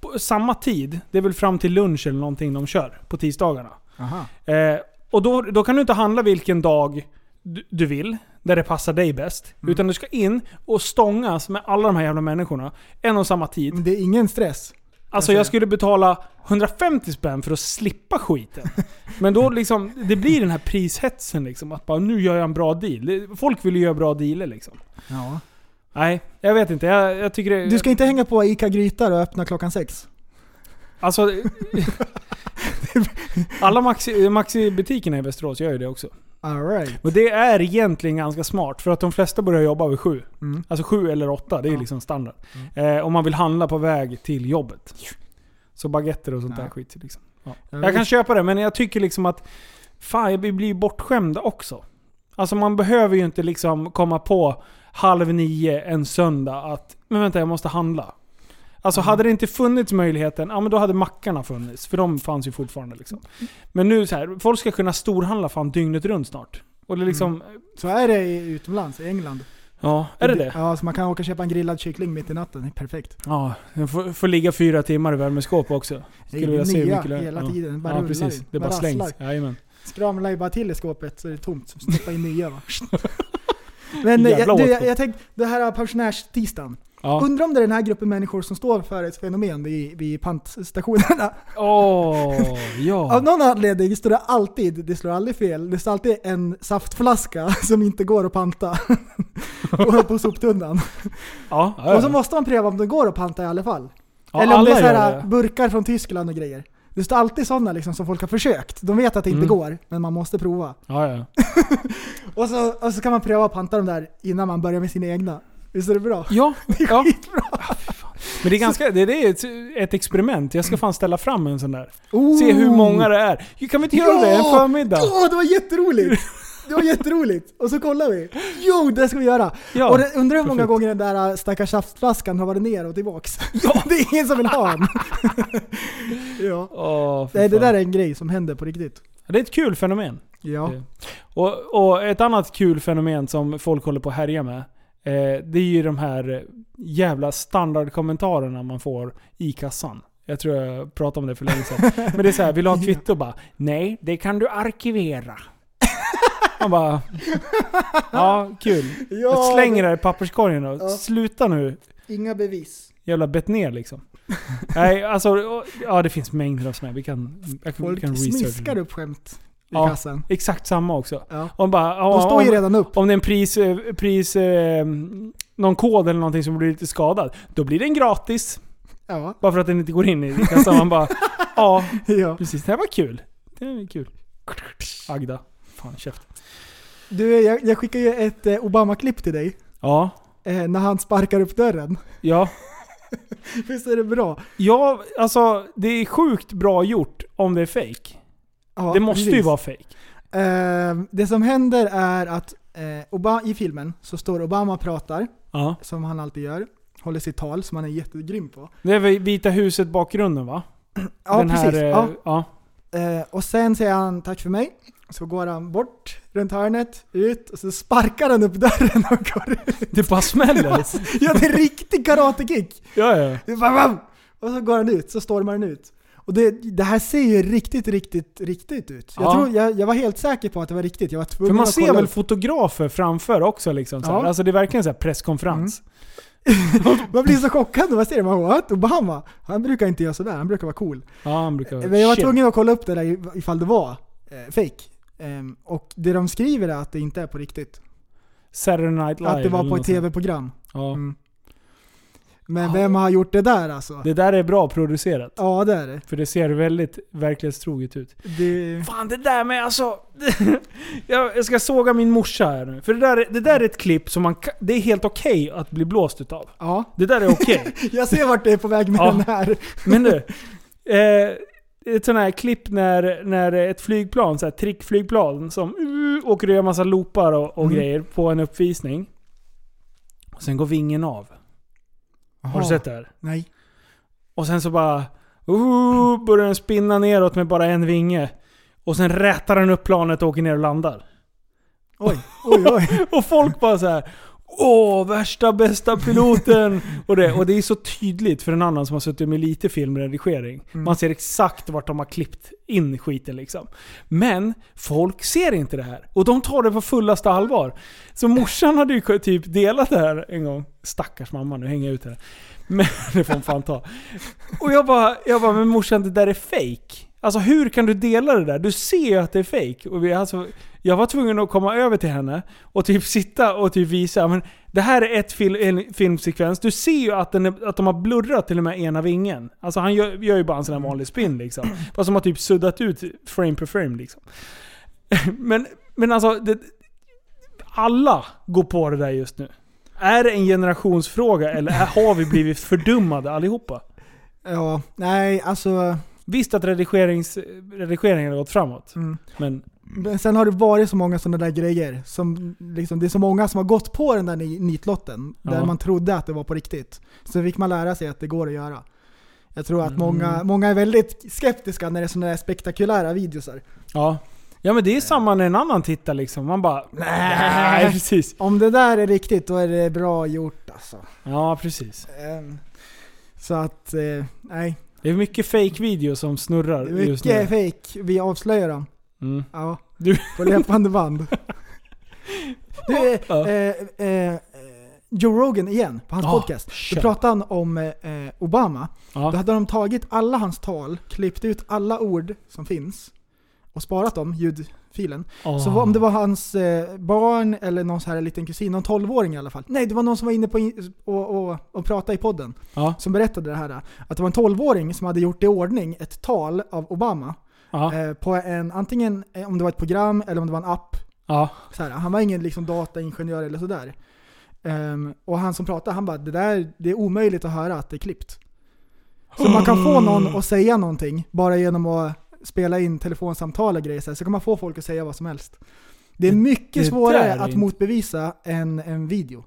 S4: På samma tid, det är väl fram till lunch eller någonting de kör på tisdagarna.
S5: Aha.
S4: Eh, och då, då kan du inte handla vilken dag du, du vill, där det passar dig bäst.
S5: Mm.
S4: Utan du ska in och stångas med alla de här jävla människorna en och samma tid.
S5: Men Det är ingen stress.
S4: Alltså
S5: jag
S4: jag
S5: säga.
S4: skulle betala 150 spänn för att slippa
S5: [laughs]
S4: skiten. Men då liksom, det blir den här prishetsen liksom. Att bara nu gör jag en bra deal. Det- Folk vill ju göra bra dealer liksom. Nej, jag vet inte. Jag, jag tycker det...
S5: Du ska inte hänga på ICA Grytar och öppna klockan sex. [laughs]
S4: Alltså... alla maxi- Maxi-butikerna i Västerås gör ju det också.
S5: All right.
S4: Och det är egentligen ganska smart för att de flesta börjar jobba vid sju.
S5: Mm.
S4: Alltså sju eller åtta, det är
S5: Ja. Mm.
S4: liksom standard. Eh, om man vill handla på väg till jobbet. Så baguetter och sånt
S5: Ja.
S4: där skit. Liksom. Ja.
S5: Ja,
S4: Jag kan
S5: visst.
S4: köpa det, men jag tycker liksom att fan, vi blir ju bortskämda också. Alltså man behöver ju inte liksom komma på halv nio en söndag att men vänta, jag måste handla. Alltså hade det inte funnits möjligheten, ja men då hade mackarna funnits. För de fanns ju fortfarande liksom. Men nu så här, folk ska kunna storhandla fan dygnet runt snart. Och det är liksom,
S5: Så är det i- utomlands, i England.
S4: ja, är det det?
S5: Ja, så man kan åka och köpa en grillad kyckling mitt i natten. Det är Perfekt.
S4: Ja, den får, får ligga fyra timmar i värmeskåp också.
S5: Det är
S4: Skulle vilja se hur
S5: nya
S4: mycket det är.
S5: hela
S4: Ja.
S5: tiden. Bara
S4: Ja
S5: rullar
S4: precis,
S5: in.
S4: det bara
S5: rasslar.
S4: slängs. Jajamän.
S5: skramlar ju bara till i skåpet så är det tomt. Så stoppa in
S4: [laughs]
S5: nya va. Men
S4: Jävla
S5: eh, jag, du, jag,
S4: åtgång.
S5: jag tänkte, det här eh, pensionärstisdagen.
S4: Ja.
S5: Undrar om det är den här gruppen människor som står för ett fenomen vid, vid pantstationerna.
S4: Åh, ja.
S5: Av någon anledning står det alltid, det slår aldrig fel, det står alltid en saftflaska [laughs] som inte går att panta [laughs] på, på soptunnan.
S4: ja, ja, ja.
S5: Och så måste man pröva om det går att panta i alla fall.
S4: ja
S5: Eller om det
S4: alla
S5: är så
S4: gör
S5: här, eh,
S4: det.
S5: burkar från Tyskland och grejer. Det står alltid sådana liksom, som folk har försökt. De vet att det inte
S4: Mm.
S5: går, men man måste prova.
S4: Ja, ja.
S5: Och så, och så kan man pröva att panta dem där innan man börjar med sina egna. Visst är [laughs] det bra?
S4: ja, ja. Ah,
S5: Skitbra!
S4: Men det är, ganska, det, det är ett, ett experiment. Jag ska fan ställa fram en sån där.
S5: Oh.
S4: Se hur många det är. Ju, Kan vi inte göra
S5: Ja!
S4: det en förmiddag?
S5: Ja, det var jätteroligt! Det var jätteroligt! Och så kollar vi. Jo, det ska vi göra!
S4: Ja,
S5: och det, undrar hur många
S4: perfekt.
S5: gånger den där äh, stackars saftflaskan har varit ner och tillbaks. Ja. [laughs] det är ingen som vill ha den. ja.
S4: Åh, fy
S5: Nej, det
S4: fan.
S5: där är en grej som händer på riktigt.
S4: Det är ett kul fenomen.
S5: Ja.
S4: Det- Och, och ett annat kul fenomen som folk håller på att härja med. Eh, det är ju de här jävla standardkommentarerna man får i kassan. Jag tror jag pratade om det för länge sedan.
S5: [laughs]
S4: Men det är så här, vill du ha ett kvitto? Bara, Nej, det kan du arkivera. Man
S5: [laughs]
S4: bara... Ja, kul. Jag slänger det här i papperskorgen och
S5: Ja.
S4: sluta nu
S5: Inga bevis.
S4: jävla bett ner liksom. Nej, alltså... och- Ja, det finns mängder av såna här. Vi kan... Jag, kan- vi kan
S5: Folk
S4: researcha
S5: smiskar
S4: det.
S5: upp skämt i
S4: Ja.
S5: kassan.
S4: Exakt samma också.
S5: Ja.
S4: Om bara... ja,
S5: De står ju
S4: om-
S5: redan upp.
S4: om det är en pris, eh, pris eh, någon kod eller någonting som blir lite skadad, då blir den gratis.
S5: Ja. [laughs]
S4: Bara för att den inte går in i kassan. Man bara, [laughs] ja
S5: ja.
S4: precis, det här var kul. Det är kul. Agda. Fan, käft.
S5: Du, jag, jag skickade ju ett eh, Obama-klipp till dig.
S4: Ja,
S5: Eh, när han sparkar upp dörren. [laughs]
S4: ja.
S5: Visst är det bra?
S4: Ja, alltså det är sjukt bra gjort om det är fake.
S5: Ja,
S4: det måste ju
S5: precis.
S4: vara fake.
S5: Eh, det som händer är att eh, Obama, i filmen så står Obama och pratar,
S4: Ja.
S5: som han alltid gör. Håller sitt tal som han är jättegrym på.
S4: Det är väl Vita huset bakgrunden va?
S5: Ja,
S4: Den
S5: precis.
S4: Här, eh,
S5: ja.
S4: ja.
S5: Eh, och sen säger han tack för mig. Så går han bort runt hörnet, ut och så sparkar han upp dörren och går ut.
S4: Det bara smäller.
S5: [laughs] Ja, det är en riktig karatekick!
S4: ja, ja.
S5: Det är bara bam! Och så går han ut, så stormar han ut. Och det, det här ser ju riktigt, riktigt, riktigt ut. Jag,
S4: Ja.
S5: tror, jag, jag var helt säker på att det var riktigt. Jag var tvungen
S4: För man
S5: att
S4: ser
S5: kolla
S4: väl
S5: upp.
S4: fotografer framför också liksom. Så här.
S5: Ja. Mm.
S4: Alltså det är verkligen så här presskonferens.
S5: Man blir så chockad när man ser det. Man bara, What? Obama? Han brukar inte göra sådär, han brukar vara cool.
S4: Ja, han brukar...
S5: Men jag var
S4: Oh, Shit.
S5: tvungen att kolla upp det där ifall det var eh, fake. Ehm, och det de skriver är att det inte är på riktigt.
S4: Saturday Night Live.
S5: att det var
S4: eller
S5: på ett
S4: något
S5: tv-program.
S4: sånt. Ja.
S5: Mm. Men
S4: Ja.
S5: vem har gjort det där alltså?
S4: Det där är bra producerat.
S5: Ja det är det.
S4: För det ser väldigt verklighetstroget ut.
S5: det
S4: Fan det där med alltså... [laughs] jag jag ska såga min morsa här nu. För det där, är- det där är ett klipp som man ka- Det är helt okej att bli blåst utav.
S5: ja.
S4: Det där är okej. [laughs]
S5: Jag ser vart du är på väg med
S4: Ja.
S5: den här.
S4: Men du. Eh, ett sånt här klipp när, när ett flygplan, så här trickflygplan, som uh, åker och gör massa loopar och, och
S5: Mm.
S4: grejer på en uppvisning. Och sen går vingen av. Har du sett det här?
S5: Nej.
S4: Och sen så bara... Uh, börjar den spinna neråt med bara en vinge. Och sen rätar den upp planet och åker ner och landar.
S5: Oj, oj, oj.
S4: Och folk bara så här. Åh, värsta bästa piloten! och, det, och det är så tydligt för en annan som har suttit med lite filmredigering. Man ser exakt vart de har klippt in skiten liksom. Men folk ser inte det här. Och de tar det på fullaste allvar. Så morsan hade ju typ delat det här en gång. Stackars mamma, nu hänger jag ut henne. Men [laughs] det får hon fan ta. Och jag bara, jag bara, men morsan det där är fake. Alltså hur kan du dela det där? Du ser ju att det är fake. Och vi, alltså, jag var tvungen att komma över till henne och typ sitta och typ visa. Men det här är ett fil, en filmsekvens. Du ser ju att, den är, att de har blurrat till och med ena vingen. Alltså han gör, gör ju bara en sån här vanlig spin liksom. Fast de har typ suddat ut frame per frame liksom. [laughs] Men, men alltså, det, alla går på det där just nu. Är det en generationsfråga eller har vi blivit fördummade allihopa?
S5: Ja, nej alltså.
S4: Visst att redigerings, redigeringen har gått framåt,
S5: Mm.
S4: men
S5: Men sen har det varit så många sådana där grejer. Som, liksom, det är så många som har gått på den där ni- nitlotten. Där
S4: Ja.
S5: man trodde att det var på riktigt. Så fick man lära sig att det går att göra. Jag tror att
S4: Mm.
S5: många, många är väldigt skeptiska när det är sådana där spektakulära videosar.
S4: ja. Ja men det är samma när en annan tittar liksom. Man bara
S5: [laughs]
S4: Nej precis.
S5: Om det där är riktigt då är det bra gjort alltså.
S4: Ja precis.
S5: Ehm, Så att, eh, nej.
S4: Det är mycket fake video som
S5: Det
S4: snurrar
S5: är
S4: just nu.
S5: mycket fake. Vi avslöjar dem.
S4: Mm.
S5: Ja,
S4: Du-
S5: på
S4: [laughs]
S5: löpande band. Du, eh,
S4: Ja.
S5: eh, eh, Joe Rogan igen, på hans
S4: Ah,
S5: podcast. Då
S4: kör.
S5: pratade han om eh, Obama.
S4: Ja.
S5: Då hade de tagit alla hans tal, klippt ut alla ord som finns och sparat dem, ljudfilen. Så
S4: Ah.
S5: om det var hans eh, barn eller någon så här liten kusin, någon 12-åring i alla fall. Nej, det var någon som var inne på in- och, och, och pratade i podden
S4: Ja.
S5: som berättade det här. Att det var en 12-åring som hade gjort i ordning ett tal av Obama
S4: Ja.
S5: eh, på en, antingen eh, om det var ett program eller om det var en app.
S4: Ja.
S5: Så här, han var ingen liksom, dataingenjör eller sådär. Ehm, och han som pratade, han bara det där det är omöjligt att höra att det är klippt. Så man kan
S4: Hmm.
S5: få någon att säga någonting bara genom att spela in telefonsamtal och grejer så, här, så kan man få folk att säga vad som helst. Det är mycket
S4: det
S5: svårare
S4: där är
S5: att
S4: inte-
S5: motbevisa än en video.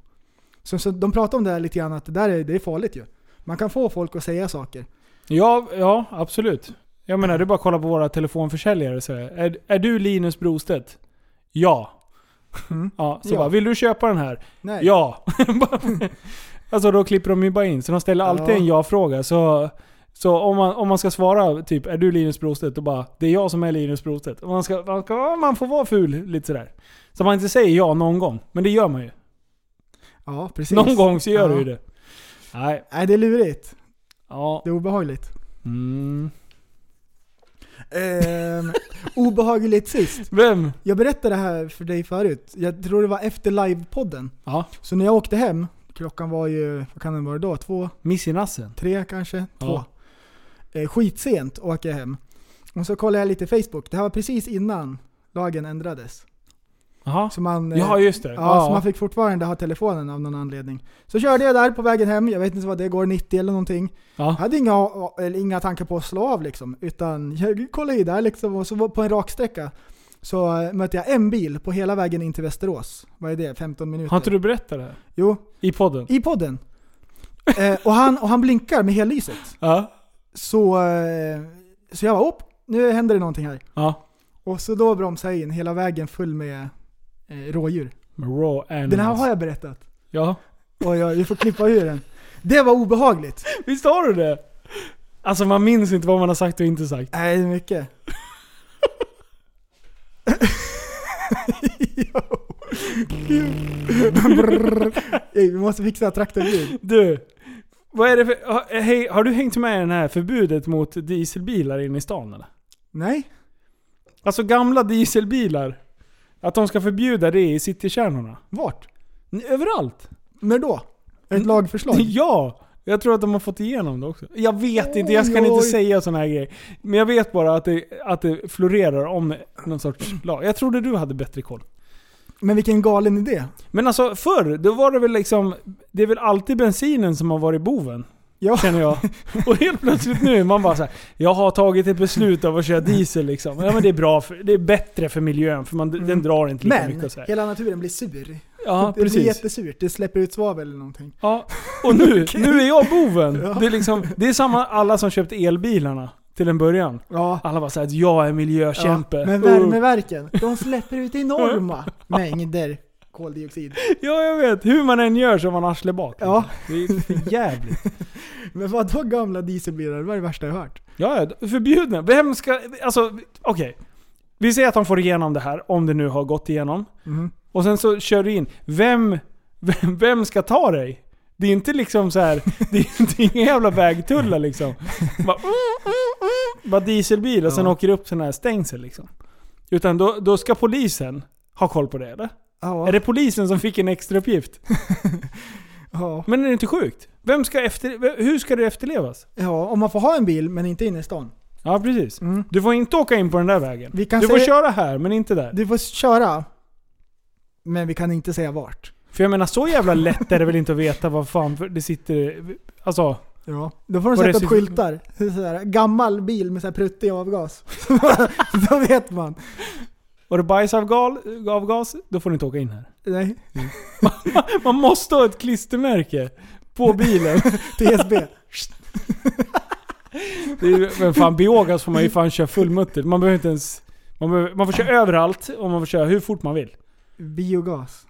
S5: Så, så de pratar om det här lite grann, att det där är, det är farligt ju. Man kan få folk att säga saker.
S4: Ja, ja absolut. Jag menar, du bara kollar på våra telefonförsäljare så här. är, är du Linus Brostedt? Ja.
S5: Mm.
S4: Ja, så
S5: Ja.
S4: bara, vill du köpa den här?
S5: Nej.
S4: Ja. [laughs] alltså då klipper de ju bara in, så de ställer alltid
S5: Ja.
S4: en ja-fråga. Så, så om, man, om man ska svara typ, är du Linus Brostedt? Då bara, det är jag som är Linus Brostedt. Och Man, ska, man, ska, man får vara ful lite sådär. Så man inte säger ja någon gång, men det gör man ju.
S5: Ja, precis.
S4: Någon gång så gör
S5: Ja.
S4: du ju det. Nej,
S5: Nej, det är lurigt.
S4: ja.
S5: Det är obehagligt.
S4: Mm.
S5: Ehm, obehagligt sist.
S4: Vem?
S5: Jag berättade det här för dig förut. Jag tror det var efter livepodden.
S4: Ja,
S5: Så när jag åkte hem, klockan var ju, vad kan den vara då? Två,
S4: Missy Nassen.
S5: tre kanske?
S4: Ja.
S5: Två. Eh, skitsent åker jag hem. Och så kollade jag lite Facebook. Det här var precis innan lagen ändrades.
S4: Jaha.
S5: Så man, eh,
S4: Ja, just det.
S5: Ja, så man fick fortfarande ha telefonen av någon anledning. Så körde jag där på vägen hem, jag vet inte vad det går, 90 eller någonting.
S4: Ja.
S5: Jag hade inga, eller inga tankar på att slå av liksom, utan jag kollade i där liksom och så var på en raksträcka så eh, mötte jag en bil på hela vägen in till Västerås. Vad är det? 15 minuter?
S4: Har inte du berättat det här?
S5: Jo,
S4: I podden?
S5: i podden. eh, och, han, och han blinkar med hellyset.
S4: Ja.
S5: Så, eh, så jag var upp. nu händer det någonting här.
S4: Ja.
S5: Och så då bromsade jag in hela vägen full med eh, rådjur.
S4: Med raw animals.
S5: Den här har jag berättat.
S4: Ja.
S5: Oj, oj, vi får klippa ur den. Det var obehagligt.
S4: Visst har du det? Alltså man minns inte vad man har sagt och inte sagt.
S5: Nej, det är mycket.
S4: [laughs]
S5: Jo. Brrr. Ey, Vi måste fixa traktorljud.
S4: Du. Vad är det för... ha- eh, Hej, har du hängt med i det här förbudet mot dieselbilar inne i stan eller?
S5: Nej?
S4: Alltså gamla dieselbilar. Att de ska förbjuda det i citykärnorna.
S5: Vart?
S4: N- Överallt.
S5: När då? Ett lagförslag?
S4: [laughs] Mm. Ja! Jag tror att de har fått igenom det också. Jag vet inte, jag kan
S5: Oj,
S4: inte
S5: oj.
S4: säga sådana här grejer. Men jag vet bara att det, att det florerar om någon sorts lag. Jag trodde du hade bättre koll.
S5: Men vilken galen idé.
S4: Men alltså förr, då var det väl liksom... Det är väl alltid bensinen som har varit boven?
S5: Ja,
S4: Känner jag. Och helt plötsligt nu, man bara så här, Jag har tagit ett beslut av att köra diesel liksom. Ja men det är bra, för, det är bättre för miljön för man, den drar inte lika mycket
S5: Mm. men
S4: och så här.
S5: hela naturen blir sur.
S4: Ja
S5: det blir
S4: precis.
S5: jättesurt, det släpper ut svavel eller någonting.
S4: Ja. Och
S5: [laughs]
S4: nu, nu är jag boven.
S5: Ja.
S4: Det, är liksom, det är samma alla som köpte elbilarna till en början.
S5: Ja.
S4: Alla bara såhär att jag är
S5: ja.
S4: miljökämpe.
S5: Men
S4: Uh.
S5: värmeverken, de släpper
S4: [laughs]
S5: ut enorma mängder koldioxid.
S4: Ja jag vet, hur man än gör så har man arsle bak.
S5: Ja.
S4: Det är för jävligt.
S5: Men vadå gamla dieselbilar? Det var det värsta jag hört.
S4: Ja, ja, förbjudna. Vem ska... Alltså, okej. Vi säger att han får igenom det här, om det nu har gått igenom.
S5: Mhm.
S4: Och sen så kör du in. Vem, vem, vem ska ta dig? Det är inte liksom så här. det är inte inga jävla vägtullar liksom. Bara, mm, mm, mm. Bara dieselbil och sen
S5: Ja.
S4: åker det upp sådana här stängsel liksom. Utan då, då ska polisen ha koll på det eller?
S5: Ja.
S4: Är det polisen som fick en extra uppgift?
S5: Ja.
S4: Men är det inte sjukt? Vem ska efter, hur ska det efterlevas?
S5: ja, om man får ha en bil men inte inne i stan.
S4: Ja precis. Du får inte åka in på den där vägen.
S5: Mm. Vi kan
S4: du får
S5: säga-
S4: köra här, men inte där.
S5: Du får köra, men vi kan inte säga vart.
S4: För jag menar, så jävla lätt är det väl inte att veta vad fan för det sitter... Alltså,
S5: Ja. Då får de
S4: Vad
S5: sätta
S4: det
S5: upp
S4: ser-
S5: skyltar. Så här, gammal bil med så här pruttig avgas. [laughs] Då vet man.
S4: var det bajsavgas, då får du inte åka in här.
S5: Nej,
S4: Man måste ha ett klistermärke på
S5: [laughs]
S4: bilen.
S5: TSB.
S4: Det är, ju- men fan, biogas får man ju fan köra fullmutter. Man behöver inte ens... Man, behöver, man får köra överallt och man får köra hur fort man vill.
S5: Biogas.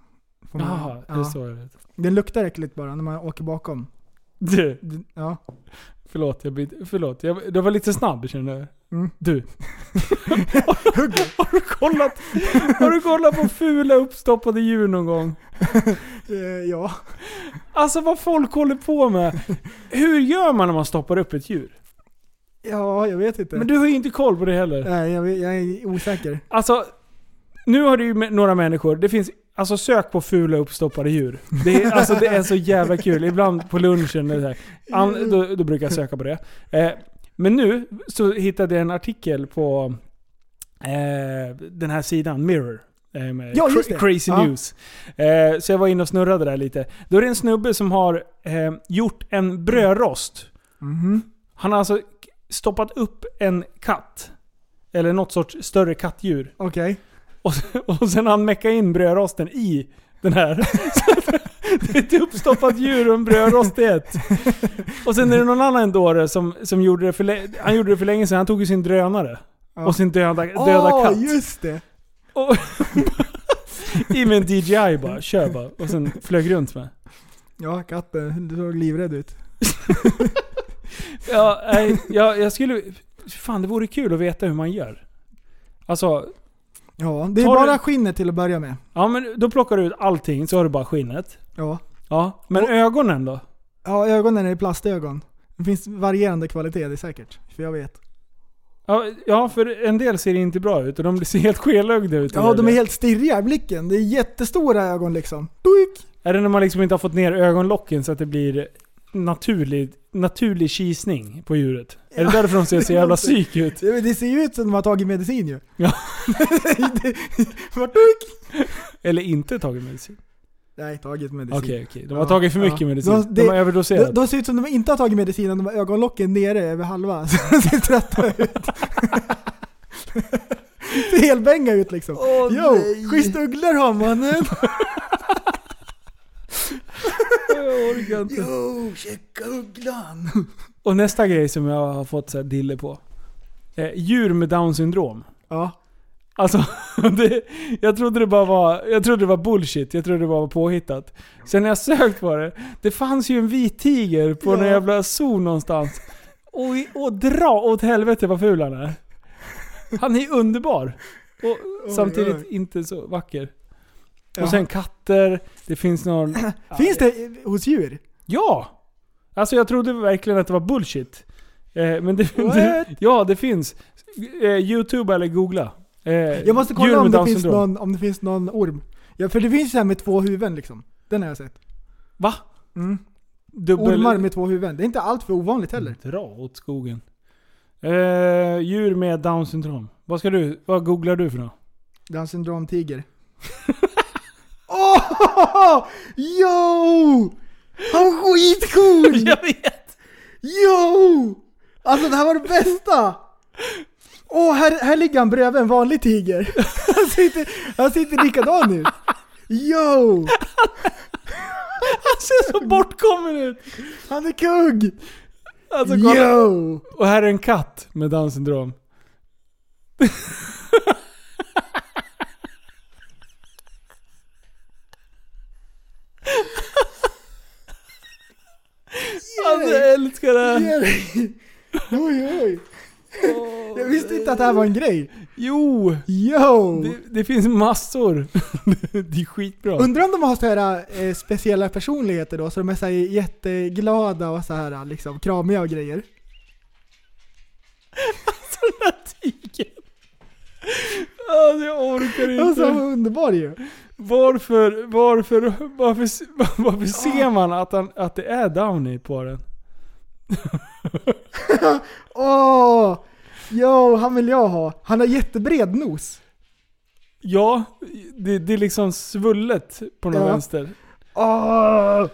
S5: Får man-
S4: Jaha, det är så jag vet.
S5: Den luktar äckligt bara när man åker bakom.
S4: Du,
S5: Det- Ja.
S4: förlåt. Jag, byt- förlåt jag, det var lite snabb känner jag.
S5: Mm. [laughs]
S4: Du. har, du kollat, har du kollat på fula uppstoppade djur någon gång?
S5: Eh, ja.
S4: Alltså vad folk håller på med. Hur gör man när man stoppar upp ett djur?
S5: ja, jag vet inte.
S4: Men du har ju inte koll på det heller.
S5: Nej, jag, vet- jag är osäker.
S4: Alltså, nu har du ju med- några människor. Det finns, alltså sök på fula uppstoppade djur. Det är, alltså, det är så jävla kul. Ibland på lunchen eller så här. An, då, då brukar jag söka på det. Eh, men nu så hittade jag en artikel på eh, den här sidan, Mirror. eh, Med
S5: Ja,
S4: cra-
S5: just det.
S4: Crazy
S5: Ja.
S4: News. Eh, så jag var inne och snurrade där lite. Då är det en snubbe som har eh, gjort en brödrost.
S5: Mhm.
S4: Han har alltså stoppat upp en katt. Eller något sorts större kattdjur.
S5: Okej.
S4: [laughs] Och, och sen har han meckat in brödrosten i den här. [laughs] Det är ett uppstoppat djur och en brödrost i ett. Och sen är det någon annan dåre som, som gjorde det för länge, han gjorde det för länge sedan. Han tog ju sin drönare.
S5: Ja.
S4: Och sin döda, döda
S5: Ah,
S4: katt.
S5: just det!
S4: Och I med en DJI bara, kör bara. Och sen flög runt med.
S5: Ja, katten. Du såg livrädd ut.
S4: Ja, nej, jag, jag skulle... Fan det vore kul att veta hur man gör. Alltså,
S5: Ja, det är
S4: Tar du-
S5: bara skinnet till att börja med.
S4: ja men då plockar du ut allting så har du bara skinnet.
S5: Ja.
S4: Ja, men ögonen då?
S5: Ja, ögonen är plastögon. Det finns varierande kvalitet, det är säkert. För jag vet.
S4: Ja, Ja, för en del ser inte bra ut och de ser helt skelögda ut.
S5: Ja, de är helt stirriga i blicken. Det är jättestora ögon liksom. Doink!
S4: Är det när man liksom inte har fått ner ögonlocken så att det blir naturlig, naturlig kisning på djuret? Är det därför de ser
S5: [laughs]
S4: så jävla psyk ut?
S5: Det det ser ju ut som de har tagit medicin ju.
S4: Ja.
S5: Det- Vart doink!
S4: Eller inte tagit medicin?
S5: Nej, tagit medicin.
S4: Okej, okej. De har
S5: Ja,
S4: tagit för
S5: ja.
S4: mycket medicin.
S5: De-
S4: De,
S5: det-
S4: har
S5: De,
S4: överdoserat.
S5: de ser ut som de inte har tagit medicin, de har ögonlocken nere över halva. [laughs] Så de ser trötta ut. [laughs] ser helbänga ut liksom.
S4: Åh,
S5: Yo,
S4: nej.
S5: schysst ugglor
S4: [laughs]
S5: har mannen!
S4: jag orkar inte.
S5: Yo, checka ugglan!
S4: Och nästa grej som jag har fått så här dille på. Eh, djur med down syndrom.
S5: Ja,
S4: Alltså, [laughs] det, jag trodde det bara var, jag trodde det var bullshit. Jag trodde det bara var påhittat. Sen när jag sökt på det, det fanns ju en vit tiger på
S5: Ja.
S4: någon jävla zoo någonstans. Och, i- och dra åt helvete vad ful han är. Han är ju underbar. Och
S5: Oj,
S4: samtidigt
S5: oj.
S4: inte så vacker.
S5: Ja.
S4: Och sen katter, det finns någon... [clears throat]
S5: Finns det eh, hos djur?
S4: Ja! Alltså jag trodde verkligen att det var bullshit. Eh, men det,
S5: What?
S4: det, ja, det finns. Eh, Youtube eller googla. Eh,
S5: Jag måste
S4: djur
S5: kolla
S4: med
S5: om det,
S4: Downs
S5: finns
S4: syndrom.
S5: någon, om det finns någon orm. Ja, för det finns ju så här med två huvuden liksom. Den har jag sett.
S4: Va?
S5: Mm.
S4: Dubbel... Mm.
S5: Ormar med två huvuden. Det är inte allt för ovanligt heller.
S4: Dra åt skogen. Eh, djur med down syndrom. Vad ska du, vad googlar du för något?
S5: Down syndrom tiger. [laughs] Åh! Yo! Han
S4: [laughs]
S5: var skitcool!
S4: vet!
S5: Yo! Alltså det här var det bästa! Åh, här, här ligger han bredvid en vanlig tiger. [laughs] Han sitter, han sitter likadan ut. Yo!
S4: Han ser så bortkommen ut!
S5: Han är kung!
S4: Alltså kolla.
S5: Yo!
S4: Och här är en katt med down syndrom. Alltså jag älskar det här.
S5: Oj, oj, oj. Jag visste inte att det här var en grej.
S4: Jo!
S5: Yo!
S4: Det, det finns massor. [laughs] Det är skitbra.
S5: Undrar om de har så här eh, speciella personligheter då, så de är så här jätteglada och så här liksom kramiga och grejer.
S4: Sådana tyger. Alltså jag orkar inte.
S5: Alltså vad underbar ju.
S4: Varför, varför, varför, varför ser man att, han, att det är Downy på den?
S5: Åh! Yo, han vill jag ha. Han har jättebred nos.
S4: Ja, det, det är liksom svullet på någon
S5: Ja.
S4: vänster.
S5: Åh!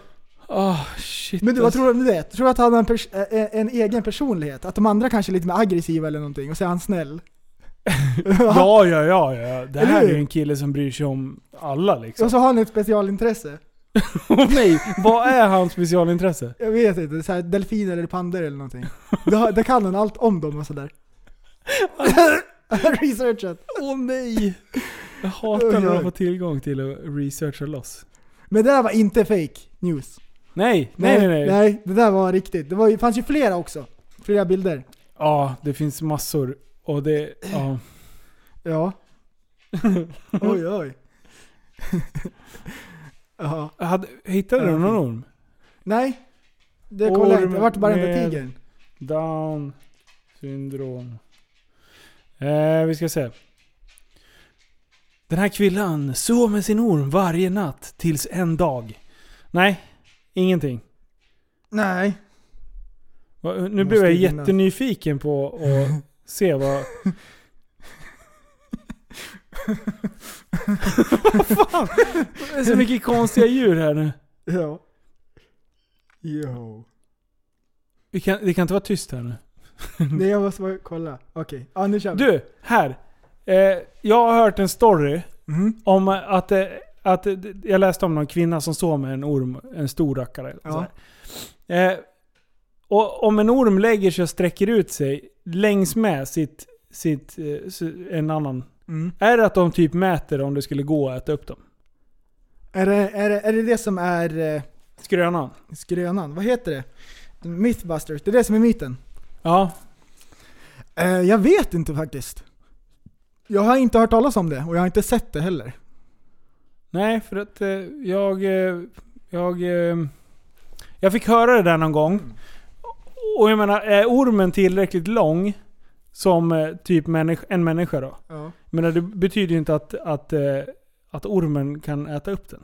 S4: Ah, shit.
S5: Men du, vad
S4: alltså.
S5: tror du om det? Tror du att han har en, pers- eh, en egen personlighet? Att de andra kanske är lite mer aggressiva eller någonting och så är han snäll?
S4: Ja, ja, ja, ja. Det här är
S5: Eller hur?
S4: ju en kille som bryr sig om alla liksom.
S5: Och så har han ett specialintresse.
S4: Och mig, [laughs] vad är hans specialintresse?
S5: Jag vet inte, så här delfiner eller pandor eller någonting. Då, då kan han allt om dem och sådär. [laughs] Researchat.
S4: Åh nej! Jag hatar
S5: Oj,
S4: när
S5: oj.
S4: de får tillgång till att researcha loss.
S5: Men det där var inte fake news.
S4: Nej, nej, nej. nej.
S5: Nej, det där var riktigt. Det var, ju- fanns ju flera också. Flera bilder.
S4: Ja, det finns massor. Och det,
S5: [clears throat]
S4: ja. [laughs]
S5: Ja. oj, oj. [laughs] ja.
S4: Hade, hittade du någon orm?
S5: Nej. Det kollade jag
S4: Orm
S5: inte. Det vart bara den där
S4: med-
S5: tigern.
S4: Down syndrom. Eh, vi ska se. Den här kvinnan sov med sin orm varje natt tills en dag. Nej, ingenting.
S5: Nej.
S4: Va, Nu
S5: Måste
S4: blev jag
S5: ju finnas.
S4: jättenyfiken på att
S5: [laughs]
S4: se vad... vad fan? Det är så mycket konstiga djur här nu.
S5: Ja.
S4: [laughs]
S5: Jo.
S4: Vi kan, det kan inte vara tyst här nu.
S5: Nej, jag måste bara kolla. Okej. Ja, nu kör vi.
S4: Du, här. Eh, jag har hört en story
S5: Mhm.
S4: om att, eh, att, jag läste om någon kvinna som såg med en orm, en stor rackare.
S5: Ja.
S4: Så här. Eh, och om en orm lägger sig och sträcker ut sig längs med sitt, sitt eh, s- en annan.
S5: Mm.
S4: Är det att de typ mäter om det skulle gå att äta upp dem?
S5: Är, det, är, det, är det det som är eh,
S4: Skrönan?
S5: skrönan? Vad heter det? Mythbusters, det är det som är myten.
S4: Ja.
S5: Eh, jag vet inte faktiskt. Jag har inte hört talas om det och jag har inte sett det heller.
S4: Nej, för att eh, jag... eh, Jag... eh, Jag fick höra det där någon gång. Och jag menar, är ormen tillräckligt lång som eh, typ människ- en människa då? Men det betyder ju inte att, att, eh, att ormen kan äta upp den.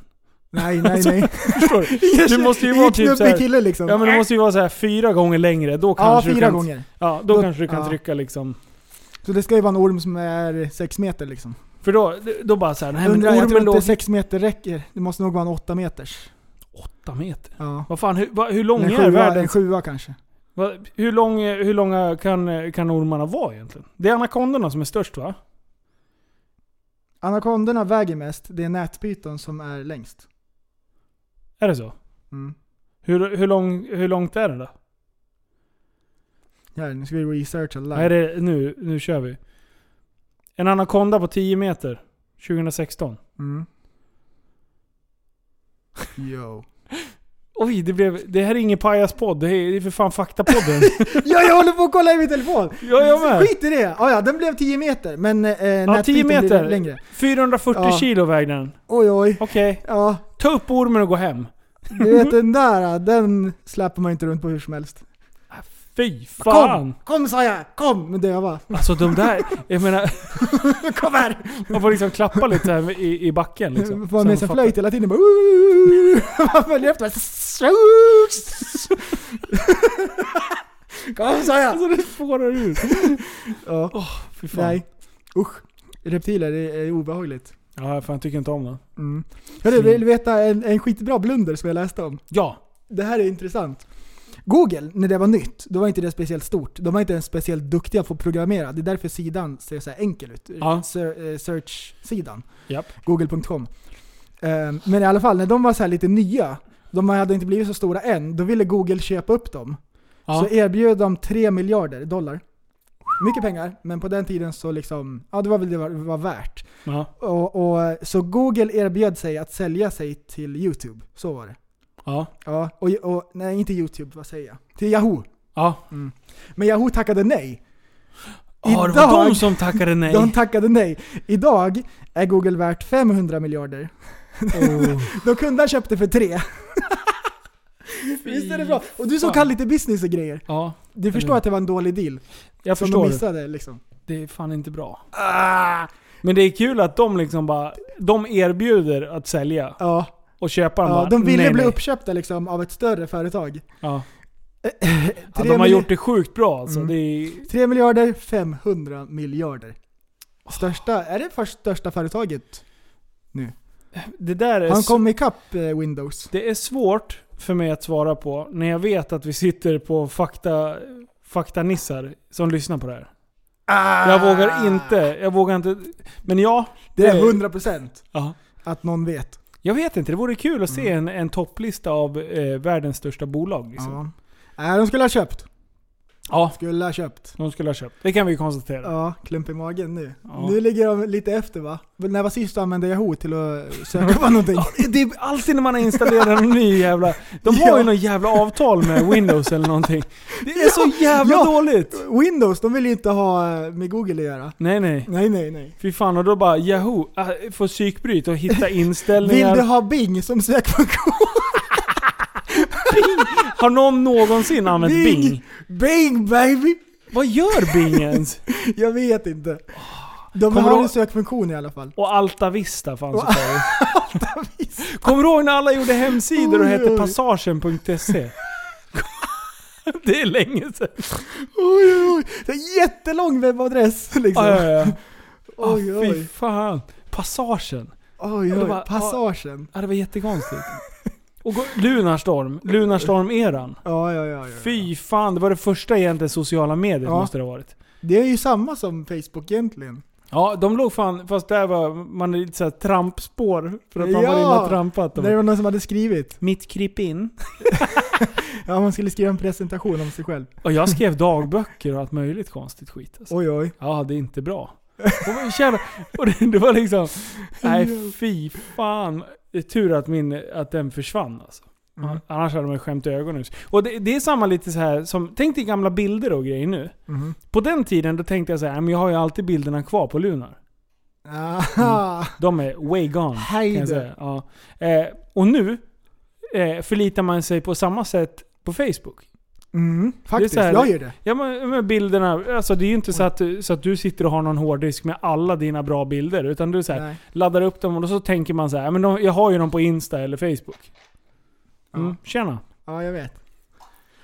S5: Nej, nej,
S4: [laughs]
S5: nej.
S4: Förstår du? Alltså,
S5: [laughs]
S4: Det måste ju vara typ så
S5: såhär...
S4: här,
S5: kille liksom.
S4: Ja men det måste ju vara så här fyra gånger längre. Då
S5: ja
S4: kanske du
S5: fyra
S4: kan,
S5: gånger.
S4: Ja, då,
S5: Då-
S4: kanske du kan
S5: ja.
S4: trycka liksom.
S5: Så det ska ju vara en orm som är sex meter liksom.
S4: För då, då bara så här, nej men
S5: Undrar, jag tror
S4: ormen
S5: inte
S4: låg
S5: sex meter räcker. Det måste nog vara en åtta meters.
S4: åtta meter.
S5: Ja.
S4: Vad fan, hur, vad, hur lång
S5: en,
S4: är
S5: sjua, en
S4: världen?
S5: sjua kanske.
S4: Vad- Hur, lång, hur långa kan, kan ormarna vara egentligen? Det är anakondorna som är störst va?
S5: Anakondorna väger mest, det är nätpyton som är längst.
S4: Är det så?
S5: Mm.
S4: Hur, hur, lång, hur långt är den då?
S5: Här, nu ska vi researcha live.
S4: Nej, det, nu, nu kör vi. En anakonda på 10 meter 2016.
S5: Mm. Yo.
S4: Oj, det, blev, det här är ingen pajaspodd. Det är, det är för fan faktapodden.
S5: [laughs] [laughs] ja, jag håller på att kolla i min telefon!
S4: jag, jag med.
S5: Skit i det! Ah, ja, den blev 10 meter, men eh,
S4: Ja,
S5: nätbiten
S4: 10
S5: blir
S4: meter.
S5: längre.
S4: 440
S5: Ja.
S4: kilo vägde den.
S5: Oj oj.
S4: Okej.
S5: Ja,
S4: Ta upp ormen och gå hem.
S5: du vet den där, ah, den släpper man inte runt på hur som helst.
S4: Ah, Fy fan.
S5: Kom! Kom sa jag! Kom! Men döva.
S4: Alltså de där, jag menar,
S5: [laughs] Kom här!
S4: man får liksom klappa lite så här i, i backen liksom.
S5: Får ha
S4: Sen
S5: med sig
S4: fattar-
S5: flöjt hela tiden bara [laughs] Man följer efter [laughs] Kom sa jag!
S4: Alltså det spårar ur.
S5: Ja,
S4: Fy fan.
S5: nej. Usch. Reptiler det är obehagligt.
S4: Ja, fan jag tycker inte om det.
S5: Mm. Hörru, vill du veta en, en skitbra blunder som jag läste om?
S4: Ja.
S5: Det här är intressant. Google, när det var nytt, då var inte det speciellt stort. De var inte ens speciellt duktiga på att programmera. Det är därför sidan ser så här enkel ut.
S4: Ja.
S5: Ser- eh, Search-sidan.
S4: Japp.
S5: Google.com. Ehm, Men i alla fall, när de var så här lite nya, de hade inte blivit så stora än, då ville Google köpa upp dem.
S4: Ja.
S5: Så erbjöd de 3 miljarder dollar. Mycket pengar, men på den tiden så liksom, ja det var väl det var, var värt.
S4: ja.
S5: Och, och, så Google erbjöd sig att sälja sig till YouTube. Så var det.
S4: Ja.
S5: Ja, och, och nej inte YouTube, vad säger jag? Till Yahoo.
S4: Ja.
S5: Men Yahoo tackade nej.
S4: Ja, det var
S5: Idag-
S4: de som tackade nej.
S5: De tackade nej. Idag är Google värt 500 miljarder.
S4: Åh,
S5: Då kunde han köpt det för tre.
S4: [laughs] fy
S5: Visst är det bra? Och du som
S4: fan.
S5: kan lite business och grejer.
S4: Ja,
S5: Du förstår att det var en dålig deal.
S4: jag
S5: Som
S4: förstår.
S5: de
S4: det.
S5: missade liksom.
S4: Det är fan inte bra. Ah! Men det är kul att de liksom bara, de erbjuder att sälja
S5: Ja,
S4: och köpa den
S5: ja
S4: bara,
S5: de ville
S4: nej,
S5: bli
S4: nej.
S5: uppköpta liksom av ett större företag.
S4: Ja. Ja,
S5: Eh, Tre
S4: de har
S5: mil-
S4: gjort det sjukt bra alltså.
S5: Mm.
S4: Det är,
S5: 3 miljarder, 500 miljarder. Största, är det först största företaget?
S4: det där är,
S5: Han
S4: s-
S5: kom ikapp eh, Windows.
S4: det är svårt för mig att svara på när jag vet att vi sitter på fakta, faktanissar som lyssnar på det här.
S5: Ah!
S4: Jag vågar inte, jag vågar inte. Men ja,
S5: Det
S4: Nej.
S5: är 100%
S4: ja.
S5: att någon vet.
S4: jag vet inte. Det vore kul att se en, en topplista av eh, världens största bolag. Liksom.
S5: Mm. Ja. Nej, de skulle ha köpt.
S4: Ja.
S5: Skulle ha köpt.
S4: De skulle ha köpt. Det kan vi konstatera.
S5: Ja, klump i magen nu.
S4: Ja.
S5: Nu ligger de lite efter va? Men När var sist du använde Yahoo till att söka på
S4: [laughs]
S5: någonting?
S4: Ja, Det är alltid när man har installerat en ny jävla... De har
S5: Ja.
S4: ju något jävla avtal med Windows eller någonting. Det är så jävla
S5: Ja.
S4: dåligt!
S5: Windows, de vill ju inte ha eh, med Google att göra.
S4: Nej nej.
S5: Nej, nej, nej.
S4: Fy fan, och då bara Yahoo, äh, få psykbryt och
S5: [laughs]
S4: hitta
S5: Vill
S4: inställningar.
S5: du ha Bing som sökfunktion?
S4: Har någon någonsin använt Bing?
S5: Bing baby!
S4: Vad gör Bing ens?
S5: Jag vet inte. De
S4: Kommer
S5: har
S4: du-
S5: en sökfunktion i alla fall.
S4: Och Alta Vista fanns
S5: Och
S4: ett
S5: [laughs]
S4: tag. Kommer du ihåg när alla gjorde hemsidor och hette
S5: [laughs]
S4: passagen.se? Det är länge sedan.
S5: Oj, oj, oj. Det är jättelång webbadress [laughs] liksom.
S4: Ja, ja, ja. Ah,
S5: Oj,
S4: Fy ah.
S5: oj,
S4: fan. Passagen.
S5: oj,
S4: det
S5: oj.
S4: var-
S5: Passagen.
S4: Ja, det var jättekonstigt. Och gå- Lunarstorm, Lunarstorm-eran.
S5: Ja, ja, ja. ja.
S4: Fy fan, det var det första egentligen sociala medier
S5: Ja.
S4: måste det ha varit.
S5: Det är ju samma som Facebook egentligen.
S4: Ja, de låg fan... Fast där var man är lite såhär trampspår. För att man
S5: Ja!
S4: var inne och trampat
S5: Det
S4: dem.
S5: var någon som hade skrivit.
S4: Mitt kryp in.
S5: Ja, man skulle skriva en presentation om sig själv.
S4: Och jag skrev dagböcker och allt möjligt konstigt skit. Alltså.
S5: Oj oj.
S4: Ja, det är inte bra. Och, vad jävla, och det, det var liksom... Nej, fy fan. Det är tur att, min, att den försvann alltså.
S5: Mm.
S4: Annars hade man ju skämt i ögonen. Och det, det är samma lite så här som... Tänk dig gamla bilder och grejer nu.
S5: Mhm.
S4: På den tiden då tänkte jag så här, men jag har ju alltid bilderna kvar på Lunar.
S5: Aha.
S4: De är way gone.
S5: Ah, Hej
S4: Mm. Kan jag säga.
S5: då.
S4: Ja. Eh, och nu eh, förlitar man sig på samma sätt på Facebook.
S5: Mm, faktiskt,
S4: Det är så här-
S5: jag gör det.
S4: Ja men men bilderna, alltså det är ju inte så att, du- så att du sitter och har någon hårddisk med alla dina bra bilder. Utan du så här,
S5: Nej.
S4: laddar upp dem och då så tänker man så här, men de, jag har ju dem på Insta eller Facebook. Mm,
S5: Ja.
S4: Tjena.
S5: Ja, jag vet.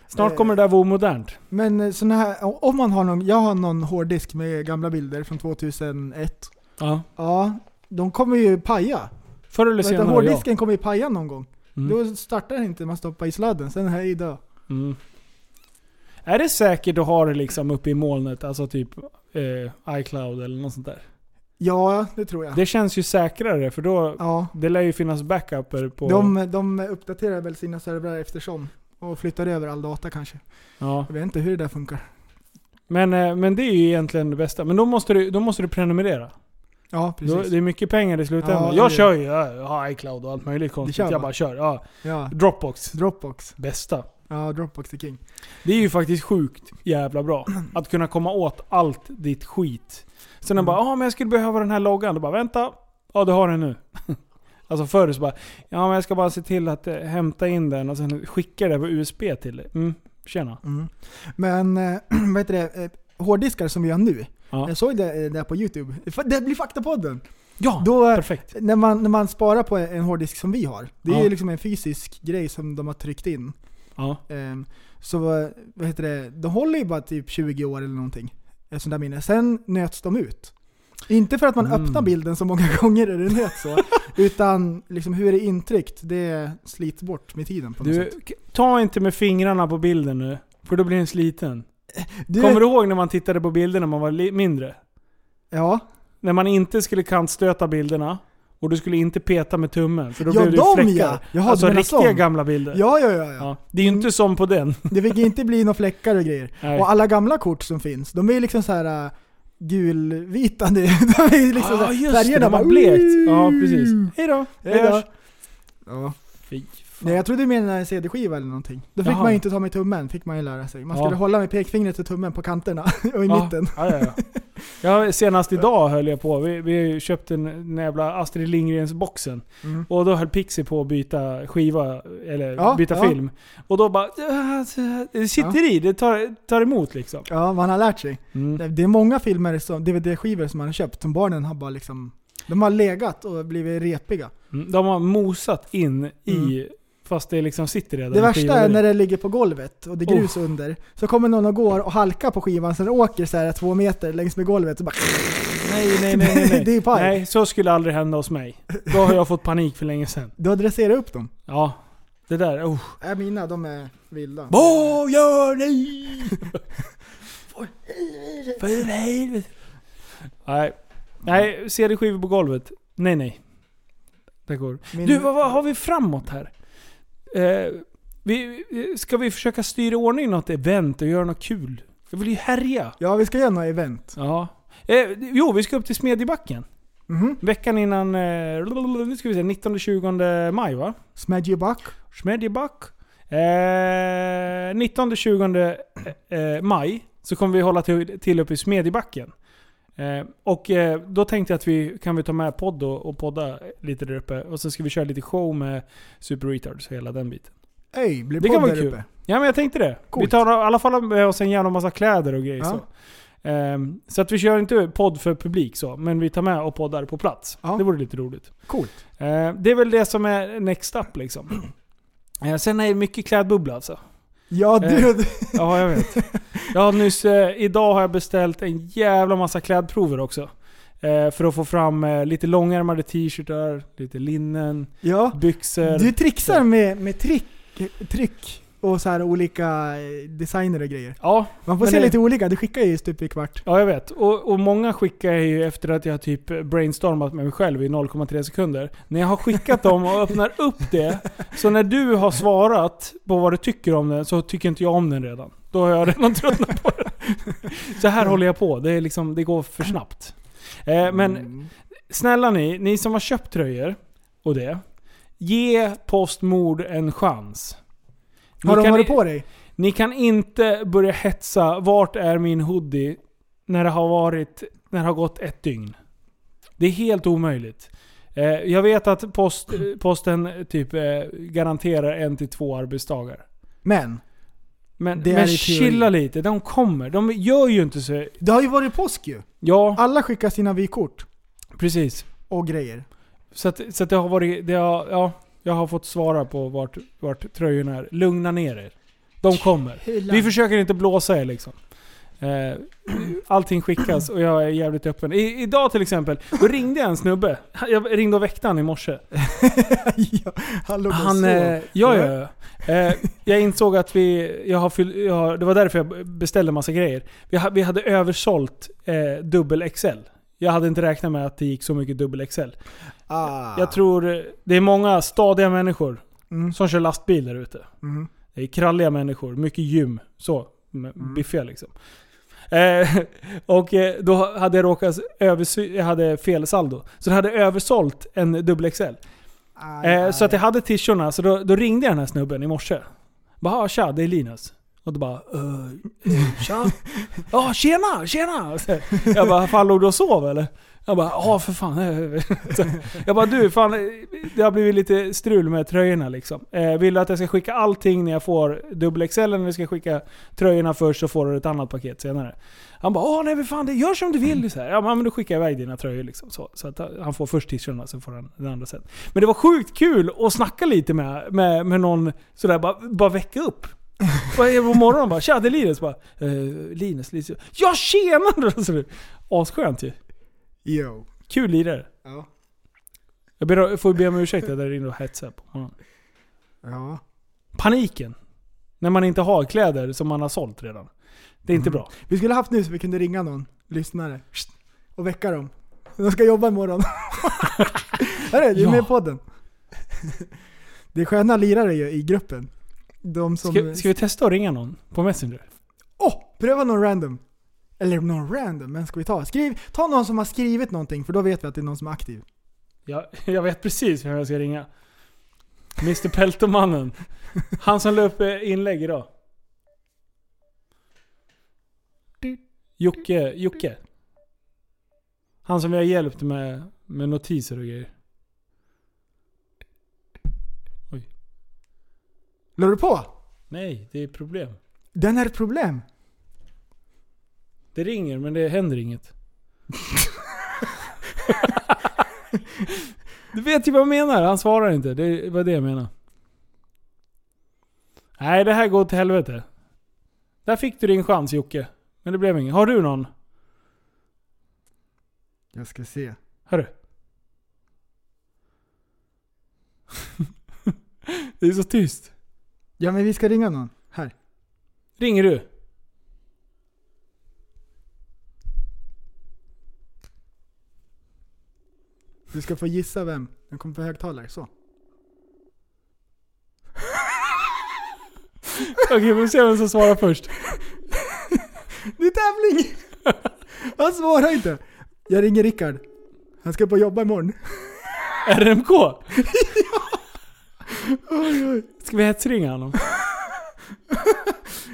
S4: Snart
S5: Eh.
S4: kommer det där vara omodernt.
S5: Men eh, såna här, om man har någon, jag har någon hårddisk med gamla bilder från 2001.
S4: Ja.
S5: Ja, de kommer ju paja.
S4: Förr eller
S5: Vänta,
S4: senare ja.
S5: hårddisken kommer ju paja någon gång.
S4: Mm.
S5: Då startar den inte, man stoppar i sladden, sen hej då.
S4: Mm. Är det säkert att ha det liksom uppe i molnet, alltså typ eh, iCloud eller något sånt där?
S5: Ja, det tror jag.
S4: Det känns ju säkrare för då,
S5: Ja,
S4: det lär ju finnas backuper på...
S5: de, de uppdaterar väl sina servrar eftersom. Och flyttar över all data kanske.
S4: Ja.
S5: Jag vet inte hur det där funkar.
S4: Men, eh, men det är ju egentligen det bästa. Men då måste du, då måste du prenumerera.
S5: Ja,
S4: Då,
S5: precis.
S4: det är mycket pengar i slutändan.
S5: Ja, det är
S4: jag
S5: det.
S4: kör ju, jag har iCloud och allt möjligt konstigt.
S5: kör
S4: Jag
S5: man.
S4: bara kör. Ja.
S5: Ja.
S4: Dropbox.
S5: Dropbox.
S4: Bästa.
S5: Ja, Dropbox är king.
S4: Det är ju faktiskt sjukt jävla bra.
S5: [clears throat]
S4: Att kunna komma åt allt ditt skit. Sen när
S5: Mm.
S4: bara ja men jag skulle behöva den här loggan. Då bara vänta. Ja du har den nu. [laughs] alltså förr så bara ja men jag ska bara se till att eh, hämta in den och sen skicka det på USB till dig. Mm, tjena.
S5: Mm. Men, eh, [clears throat] vad heter det? eh, Hårddiskar som vi har nu.
S4: Ja.
S5: Jag såg det eh, där på YouTube. Det blir faktapodden.
S4: Ja,
S5: Då, eh,
S4: perfekt.
S5: när, man, när man sparar på en hårddisk som vi har. Det är
S4: Ja.
S5: ju liksom en fysisk grej som de har tryckt in.
S4: Ja.
S5: Ehm, Så eh, vad heter det, de håller ju bara typ 20 år eller någonting. Ett sånt där minne. Sen nöts de ut. Inte för att man
S4: Mm.
S5: öppnar bilden så många [laughs] gånger är det nöt så. utan liksom hur det är intryckt, det slits bort med tiden på något
S4: Du,
S5: sätt.
S4: k- ta inte med fingrarna på bilden nu. För då blir den sliten.
S5: Du,
S4: Kommer du ihåg när man tittade på bilder när man var li- mindre?
S5: Ja,
S4: När man inte skulle kantstöta bilderna. Och du skulle inte peta med tummen. För då
S5: Ja,
S4: blev det
S5: de,
S4: fläckar.
S5: ja. Jaha, du
S4: alltså
S5: menar
S4: riktiga
S5: sån.
S4: gamla bilder.
S5: ja, ja, ja. ja.
S4: Ja. Det är ju inte som på den.
S5: Det fick inte bli några fläckar och grejer.
S4: Nej.
S5: Och alla gamla kort som finns, de är ju liksom så här äh, gulvita nu. [laughs] De är ju liksom så här, färgerna
S4: Ah, det var
S5: bara-
S4: blekt. Ja, precis. Hejdå.
S5: Hejdå.
S4: Hejdå.
S5: Ja.
S4: Fy fan.
S5: Nej, jag trodde du menade en CD-skiva eller någonting. Då fick
S4: Jaha.
S5: man ju inte ta med tummen, fick man ju lära sig. Man
S4: Ja.
S5: skulle hålla med pekfingret och tummen på kanterna [laughs] och i
S4: Ja,
S5: mitten.
S4: Ja, ja, ja. Ja, senast idag höll jag på. Vi, vi köpte en, en jävla Astrid Lindgrens-boxen.
S5: Mm.
S4: Och då höll Pixie på att byta skiva, eller
S5: Ja,
S4: byta
S5: ja.
S4: film. Och då bara... "Ah, Det sitter i, det tar, tar emot liksom.
S5: Ja, man har lärt sig.
S4: Mm.
S5: Det- Det är många filmer, som, DVD-skivor som man har köpt som barnen har bara liksom... De har legat och blivit repiga.
S4: Mm. De har mosat in i, fast det liksom sitter redan
S5: Mm. Det
S4: i
S5: värsta
S4: skivan. Oh.
S5: är när det ligger på golvet och det är grus under. Så kommer någon och går och halkar på skivan, sen åker så här två meter längs med golvet och bara...
S4: Nej, nej, nej. nej, nej.
S5: [laughs] Det är paj.
S4: nej, så skulle aldrig hända hos mig. Då har jag fått panik för länge sedan.
S5: Du har dresserat upp dem.
S4: Ja, det där. Oh.
S5: Nej, mina de är vilda.
S4: Vad gör ni? [laughs] För helvete. Nej. Nej, CD-skivor på golvet. Nej, nej. Det går.
S5: Min-
S4: Du, vad, vad har vi framåt här? Eh, vi, ska vi försöka styra i ordning något event och göra något kul? Jag vill ju härja.
S5: Ja, vi ska göra några event.
S4: Ja. Eh, jo, vi ska upp till Smedjebacken.
S5: Mhm.
S4: Veckan innan... Eh, nu ska vi se, 19-20 maj va?
S5: Smedjeback.
S4: Smedjeback. Eh, 19-20 eh, maj så kommer vi hålla till, till uppe i Smedjebacken. Eh, och eh, då tänkte jag att vi kan vi ta med podd och, och podda lite där uppe. Och så ska vi köra lite show med Super Retards och hela den biten.
S5: Ey, blir
S4: Det kan
S5: podd
S4: vara
S5: där
S4: kul.
S5: uppe.
S4: Ja men jag tänkte det. Vi
S5: Coolt.
S4: tar i alla fall med oss en jävla massa kläder och grejer.
S5: Ja.
S4: Så. Ehm, så att vi kör inte podd för publik så, men vi tar med och poddar på plats.
S5: Ja.
S4: Det vore lite roligt.
S5: Coolt.
S4: Eh, det är väl det som är next up [clears throat] liksom. Eh, sen är det mycket klädbubbla alltså.
S5: Ja,
S4: Eh.
S5: du... du-
S4: Ja, jag vet. [laughs] Jag har nyss, eh, idag har jag beställt en jävla massa klädprover också. Eh, för att få fram eh, lite långärmade t-shirtar, lite linnen,
S5: Ja.
S4: byxor.
S5: Du trixar med, med trick, tryck och så här olika eh, designer och grejer.
S4: Ja,
S5: Man får
S4: Men
S5: se
S4: det-
S5: lite olika, det skickar ju stup i kvart.
S4: ja jag vet. Och, och många skickar jag ju efter att jag typ brainstormat med mig själv i 0,3 sekunder. När jag har skickat dem och öppnar upp det, så när du har svarat på vad du tycker om den så tycker inte jag om den redan. Då har jag redan [laughs] tröttnat på den. Så här håller jag på. Det, är liksom, det går för snabbt. Eh, men
S5: Mm.
S4: snälla ni, ni som har köpt tröjor och det. Ge Postmord en chans.
S5: Har
S4: Ni
S5: de
S4: kan-
S5: varit på dig?
S4: Ni kan inte börja hetsa vart är min hoodie när det har varit när det har gått ett dygn. Det är helt omöjligt. Eh, jag vet att post, eh, posten typ eh, garanterar en till två arbetsdagar.
S5: Men,
S4: Men,
S5: Det är
S4: men
S5: i teorin.
S4: chilla lite, de kommer. De gör ju inte så...
S5: det har ju varit påsk ju.
S4: Ja,
S5: Alla skickar sina vykort
S4: precis.
S5: och grejer.
S4: Så, att, så att det har varit... Det har, ja, jag har fått svara på vart, vart tröjorna är. Lugna ner er. De kommer. Vi försöker inte blåsa er liksom. Eh, [clears throat] allting skickas och jag är jävligt öppen. I, idag till exempel, då ringde jag en snubbe. Jag ringde och väckte han i morse.
S5: [laughs] ja, han låg och
S4: Han,
S5: sov.
S4: eh, ja, ja, ja. Eh, jag insåg att vi, jag har fyll, jag har, det var därför jag beställde massa grejer. Vi, ha, vi hade översålt eh, dubbel XL. Jag hade inte räknat med att det gick så mycket dubbel XL.
S5: ah.
S4: Jag tror eh, det är många stadiga människor
S5: Mm.
S4: som kör lastbil där ute.
S5: Mm.
S4: Det är kralliga människor, mycket gym. Så, med- biffiga liksom. Eh, [laughs] och eh, då hade jag råkat översy- jag hade fel saldo. Så det hade översålt en dubbel XL.
S5: Aj,
S4: Eh, så
S5: aj.
S4: att jag hade t-shirtarna, så då, då ringde jag den här snubben i morse. Bara "Ah, tja, det är Linus. Och då bara "Eh,
S5: [laughs]
S4: eh, tja. Ja tjena, tjena. Så Jag bara fan låg du och sov eller? Jag bara ja för fan. [laughs] eh." Så Jag bara du fan eh, det har blivit lite strul med tröjorna liksom. Eh, vill du att jag ska skicka allting när jag får dubbel XL eller när vi ska skicka tröjorna först så får du ett annat paket senare. Han bara åh nej men fan det gör som du vill. Så här. Ja men då skickar jag iväg dina tröjor liksom. Så, så att han får först t-shirtarna så får han den andra sen. Men det var sjukt kul att snacka lite med, med, med någon sådär, bara, bara väcka upp. Bara på morgonen bara “Tja, det är Linus” bara eh, “Linus, Linus”. “Ja tjena!” [laughs] Alltså, det- Asskönt ju.
S5: Jo.
S4: Kul lirare.
S5: Ja.
S4: Jag ber, får be om ursäkt att jag ringde och hetsade på honom.
S5: Ja.
S4: Paniken. När man inte har kläder som man har sålt redan. Det är inte bra.
S5: Vi skulle haft nu så vi kunde ringa någon lyssnare Psst. och väcka dem. De ska
S4: [laughs]
S5: jobba imorgon. Hörru, du är
S4: Ja.
S5: med i podden. Det är sköna lirare ju i gruppen. De som...
S4: Ska, ska vi testa att ringa någon på Messenger?
S5: Åh! Pröva någon random. Eller någon random, men ska vi ta? Skriv, ta någon som har skrivit någonting för då vet vi att det är någon som är aktiv.
S4: Jag, [laughs] jag vet precis vem jag ska ringa. Mr Peltomannen. Han som la upp eh, inlägg idag. Jocke. Jocke. Han som vi har hjälpt med, med notiser och grejer.
S5: La du på?
S4: Nej, det är problem.
S5: Den är ett problem.
S4: Det ringer men det händer inget. du vet ju vad jag menar. Han svarar inte. Det var det jag menar. Nej, det här går till helvete. Där fick du din chans Jocke. Men det blev ingen. Har du någon?
S5: Jag ska se.
S4: Hörru. [laughs] det är så tyst.
S5: Ja men vi ska ringa någon. Här.
S4: Ringer du?
S5: Du ska få gissa vem. Den kommer på högtalare. Så.
S4: Okej, vi får se vem som svarar först.
S5: Det är tävling! [laughs] Han svarar inte. Jag ringer Rickard. Han ska på och jobba imorgon. [laughs]
S4: RMK? ja. Ska vi hetsringa honom?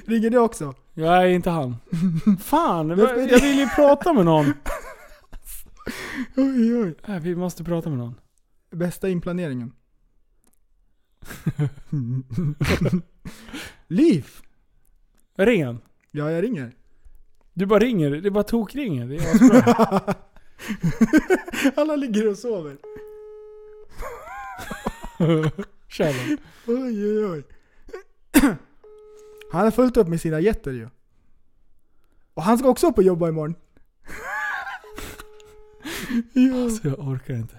S5: Ringer du också?
S4: Nej, inte han. Fan,
S5: Vem ska vi
S4: jag jag vill ju prata med någon.
S5: Oj, oj.
S4: Nej, vi måste prata med någon.
S5: Bästa inplaneringen. [laughs] Liv!
S4: Ring han.
S5: Ja, jag ringer.
S4: Du bara ringer. Det är bara tokringer. Det är [laughs] asbra.
S5: Alla ligger och sover.
S4: Kör då.
S5: Oj, oj, oj. [clears throat] Han har fullt upp med sina jätter ju. Och han ska också upp och jobba imorgon. [laughs] Jo,
S4: Alltså, jag orkar inte.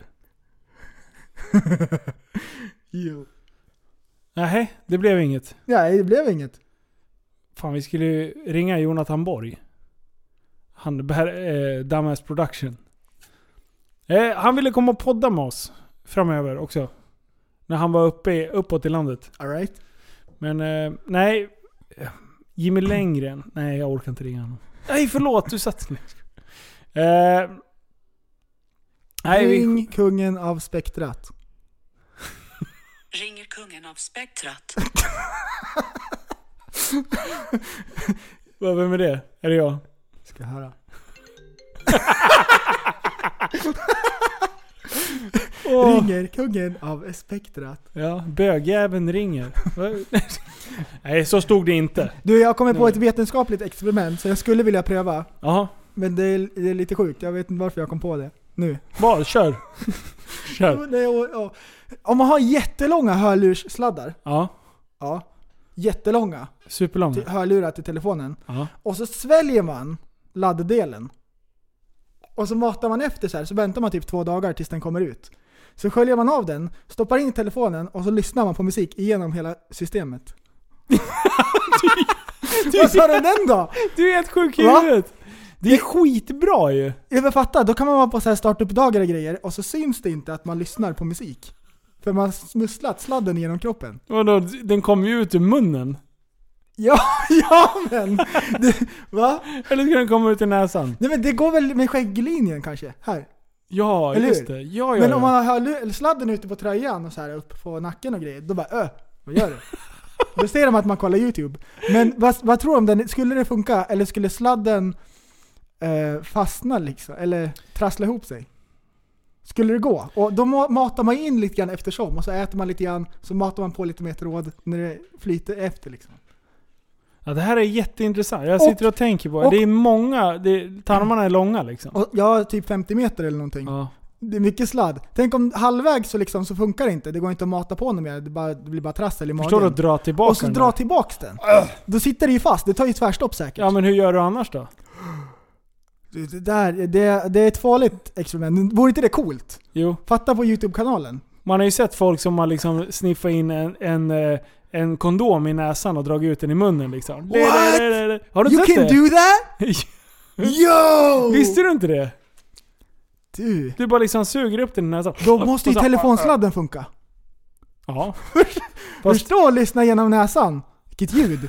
S5: jo.
S4: Nej, det blev inget.
S5: Nej, det blev inget.
S4: Fan, vi skulle ju ringa Jonathan Borg. Han bär eh, Dumbass Production. Eh, han ville komma och podda med oss framöver också. När han var uppe, uppåt i landet.
S5: Alright.
S4: Men eh, nej. Jimmy Längren. Nej, jag orkar inte ringa honom. Nej, förlåt. Du [laughs] satt... Nej, jag skojar. eh, nej, vi,
S5: Ring kungen av spektrat.
S6: Ringer kungen av spektrat.
S4: vad- vem är det? Är det jag?
S5: Ska jag höra.
S4: Åh.
S5: Ringer kungen av spektrat.
S4: Ja, bögjäveln ringer. [laughs] Nej, så stod det inte.
S5: Du, jag kommer på ett vetenskapligt experiment som jag skulle vilja pröva.
S4: Jaha.
S5: Men det är, det är lite sjukt, jag vet inte varför jag kom på det. Nu.
S4: Var? Kör. Kör.
S5: Nej, och, och, om man har jättelånga hörlurssladdar.
S4: Ja.
S5: Ja. Jättelånga.
S4: Superlång.
S5: Till, hörlurar till telefonen.
S4: Ja.
S5: Och så sväljer man ladddelen. Och så matar man efter så här, så väntar man typ två dagar tills den kommer ut. Så sköljer man av den, stoppar in telefonen och så lyssnar man på musik igenom hela systemet. Vad sa du om den då?
S4: Du är helt sjuk i
S5: Va?
S4: huvudet. Det är skitbra ju.
S5: Jag vill fatta, då kan man vara på så här startup-dagar och grejer och så syns det inte att man lyssnar på musik. För man har smusslat sladden genom kroppen.
S4: Vadå, den kom ju ut ur munnen.
S5: Ja, [laughs] ja men! Det, va?
S4: Eller ska den komma ut ur näsan?
S5: Nej men det går väl med skägglinjen kanske? Här.
S4: Ja,
S5: Eller
S4: just
S5: hur?
S4: det. Ja, ja,
S5: Men om
S4: ja.
S5: man har hörlu- eller sladden ute på tröjan och så här upp på nacken och grejer, då bara öh,
S4: [laughs]
S5: vad gör du? då ser de att man kollar YouTube. Men vad, vad tror du om den, skulle det funka? Eller skulle sladden eh, fastna liksom? Eller trassla ihop sig? Skulle det gå? Och då ma- matar man in lite grann eftersom och så äter man lite grann, så matar man på lite mer tråd när det flyter efter liksom.
S4: ja. Det här är jätteintressant. Jag
S5: Och-
S4: sitter och tänker på det.
S5: och-
S4: Det är många, det, tarmarna är långa liksom.
S5: Och jag har typ 50 meter eller någonting.
S4: Ja.
S5: Det är mycket sladd. Tänk om halvväg så liksom så funkar det inte, det går inte att mata på något mer, det, bara, det blir bara trassel i magen.
S4: Förstår du att dra tillbaka
S5: Och så
S4: den
S5: dra
S4: där?
S5: tillbaks den. Då sitter det ju fast, det tar ju tvärstopp säkert.
S4: Ja men hur gör du annars då?
S5: Det, det, där, det, det är ett farligt experiment, vore inte det coolt?
S4: Jo.
S5: Fatta på YouTube-kanalen.
S4: Man har ju sett folk som har liksom sniffat in en, en, eh, en kondom i näsan och dragit ut den i munnen liksom.
S5: What?
S4: Har du
S5: You
S4: inte sett
S5: can
S4: det?
S5: do that?
S4: [laughs]
S5: Yo!
S4: Visste du inte det?
S5: du?
S4: Du bara liksom suger upp den i näsan.
S5: Då måste ju
S4: Och så-
S5: telefonsladden funka.
S4: Ja. Fast-
S5: Förstå och lyssna genom näsan.
S4: [laughs]
S5: Vilket ljud.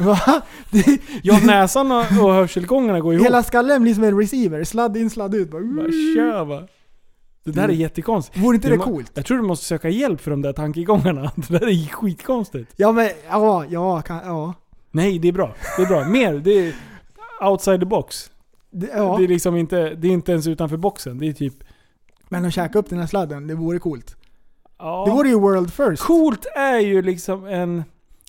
S5: Va? Det, [laughs]
S4: ja, näsan och, och hörselgångarna går ihop.
S5: hela skallen blir som en receiver, sladd in, sladd ut. Bara,
S4: Bara, Tja, va. Det där är jättekonstigt.
S5: Vore inte
S4: Du
S5: Mm. det
S4: må-
S5: coolt?
S4: Jag tror du måste söka hjälp för de där tankegångarna. [laughs] Det där är skitkonstigt.
S5: Ja men, ja, ja, kan, ja.
S4: Nej, det är bra. Det är bra. Mer, det är outside the box.
S5: Det, ja.
S4: Det är liksom inte, det är inte ens utanför boxen. Det är typ...
S5: Men att käka upp den här sladden, det vore coolt.
S4: Ja.
S5: Det vore ju world first.
S4: Coolt är ju liksom en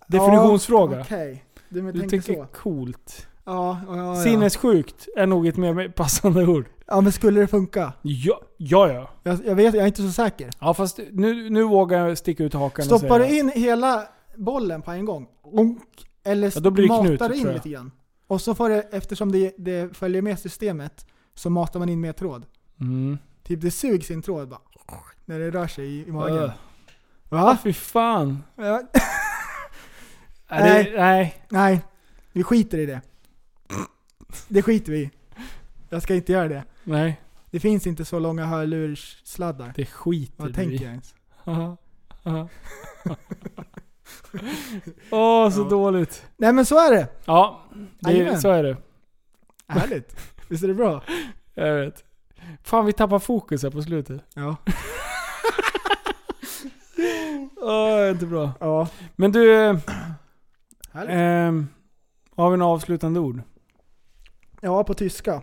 S4: definitionsfråga.
S5: Ja, Okej, du men
S4: Du
S5: tänker
S4: tycker
S5: så.
S4: coolt.
S5: Ja, ja, ja.
S4: Sinnessjukt är nog ett mer passande ord.
S5: Ja men skulle det funka?
S4: Ja, ja. Ja,
S5: Jag, jag vet, jag är inte så säker.
S4: ja fast nu, nu vågar jag sticka ut hakan och
S5: Stoppar du
S4: säga.
S5: in hela bollen på en gång? Onk. Eller
S4: Ja, då blir det
S5: matar
S4: knut,
S5: in
S4: tror jag.
S5: lite grann? Och så får det, eftersom det, det följer med systemet, så matar man in mer tråd.
S4: Mm.
S5: Typ det sugs in tråd bara. När det rör sig i, i magen.
S4: Öh.
S5: Va?
S4: Fy fan.
S5: Ja,
S4: Nej. Det,
S5: Nej.
S4: nej.
S5: nej, vi skiter i det. Det skiter vi i. Jag ska inte göra det.
S4: Nej.
S5: Det finns inte så långa hörlurssladdar.
S4: Det skiter
S5: Vad
S4: du
S5: tänker
S4: i.
S5: jag ens?
S4: Haha. Haha. [laughs] Åh, så
S5: Ja.
S4: dåligt.
S5: Nej men så är det!
S4: Ja, det,
S5: Jajamän.
S4: så är det.
S5: Härligt! Visst är det bra?
S4: Jag vet. Fan, vi tappar fokus här på slutet.
S5: Ja.
S4: Åh, inte bra.
S5: Ja.
S4: Men du,
S5: Härligt.
S4: ehm, har vi några avslutande ord?
S5: Ja, på tyska.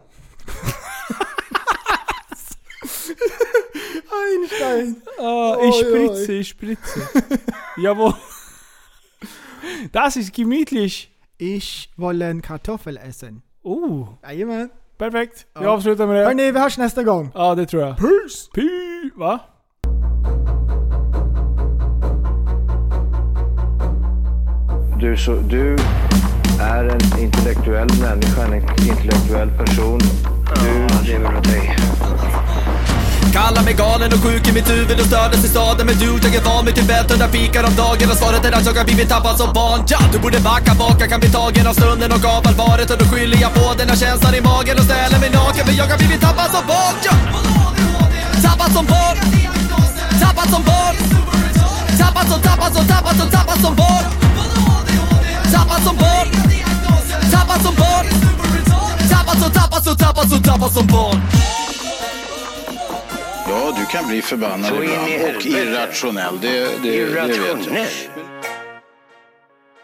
S5: Einstein!
S4: Ah,
S5: Oj,
S4: ich
S5: oj.
S4: spritze, ich spritze. Jawohl. Das ist gemütlich.
S5: Ich wollen Kartoffel essen.
S4: Oh,
S5: Jajamän.
S4: perfekt. Jag
S5: Ja.
S4: avslutar med det.
S5: Hörni, vi hörs nästa gång.
S4: Ja, det tror jag. Peace! Peace! Va?
S1: Du, så, du är en intellektuell människa, en intellektuell person. Du lever åt dig.
S2: Kallar mig galen och sjuk i mitt huvud och stördes i staden Men du, jag är van vid Tibet och där fikar om dagen Och svaret är att jag har blivit tappad som barn ja, Du borde backa bak, jag kan bli tagen av stunden och av allvaret Och då skyller jag på den här känslan i magen och ställer mig naken För jag har blivit tappad som barn ja. Tappad som barn Tappad som barn Tappad som, tappad som, tappad som, tappad som barn Tappad som barn Tappad som barn Tappad som, tappad som, tappad som, tappad som barn
S3: Ja, du kan bli förbannad
S1: Så in i
S3: ibland och
S1: helvete.
S3: irrationell. Det, det, det vet jag.
S1: Irrationell?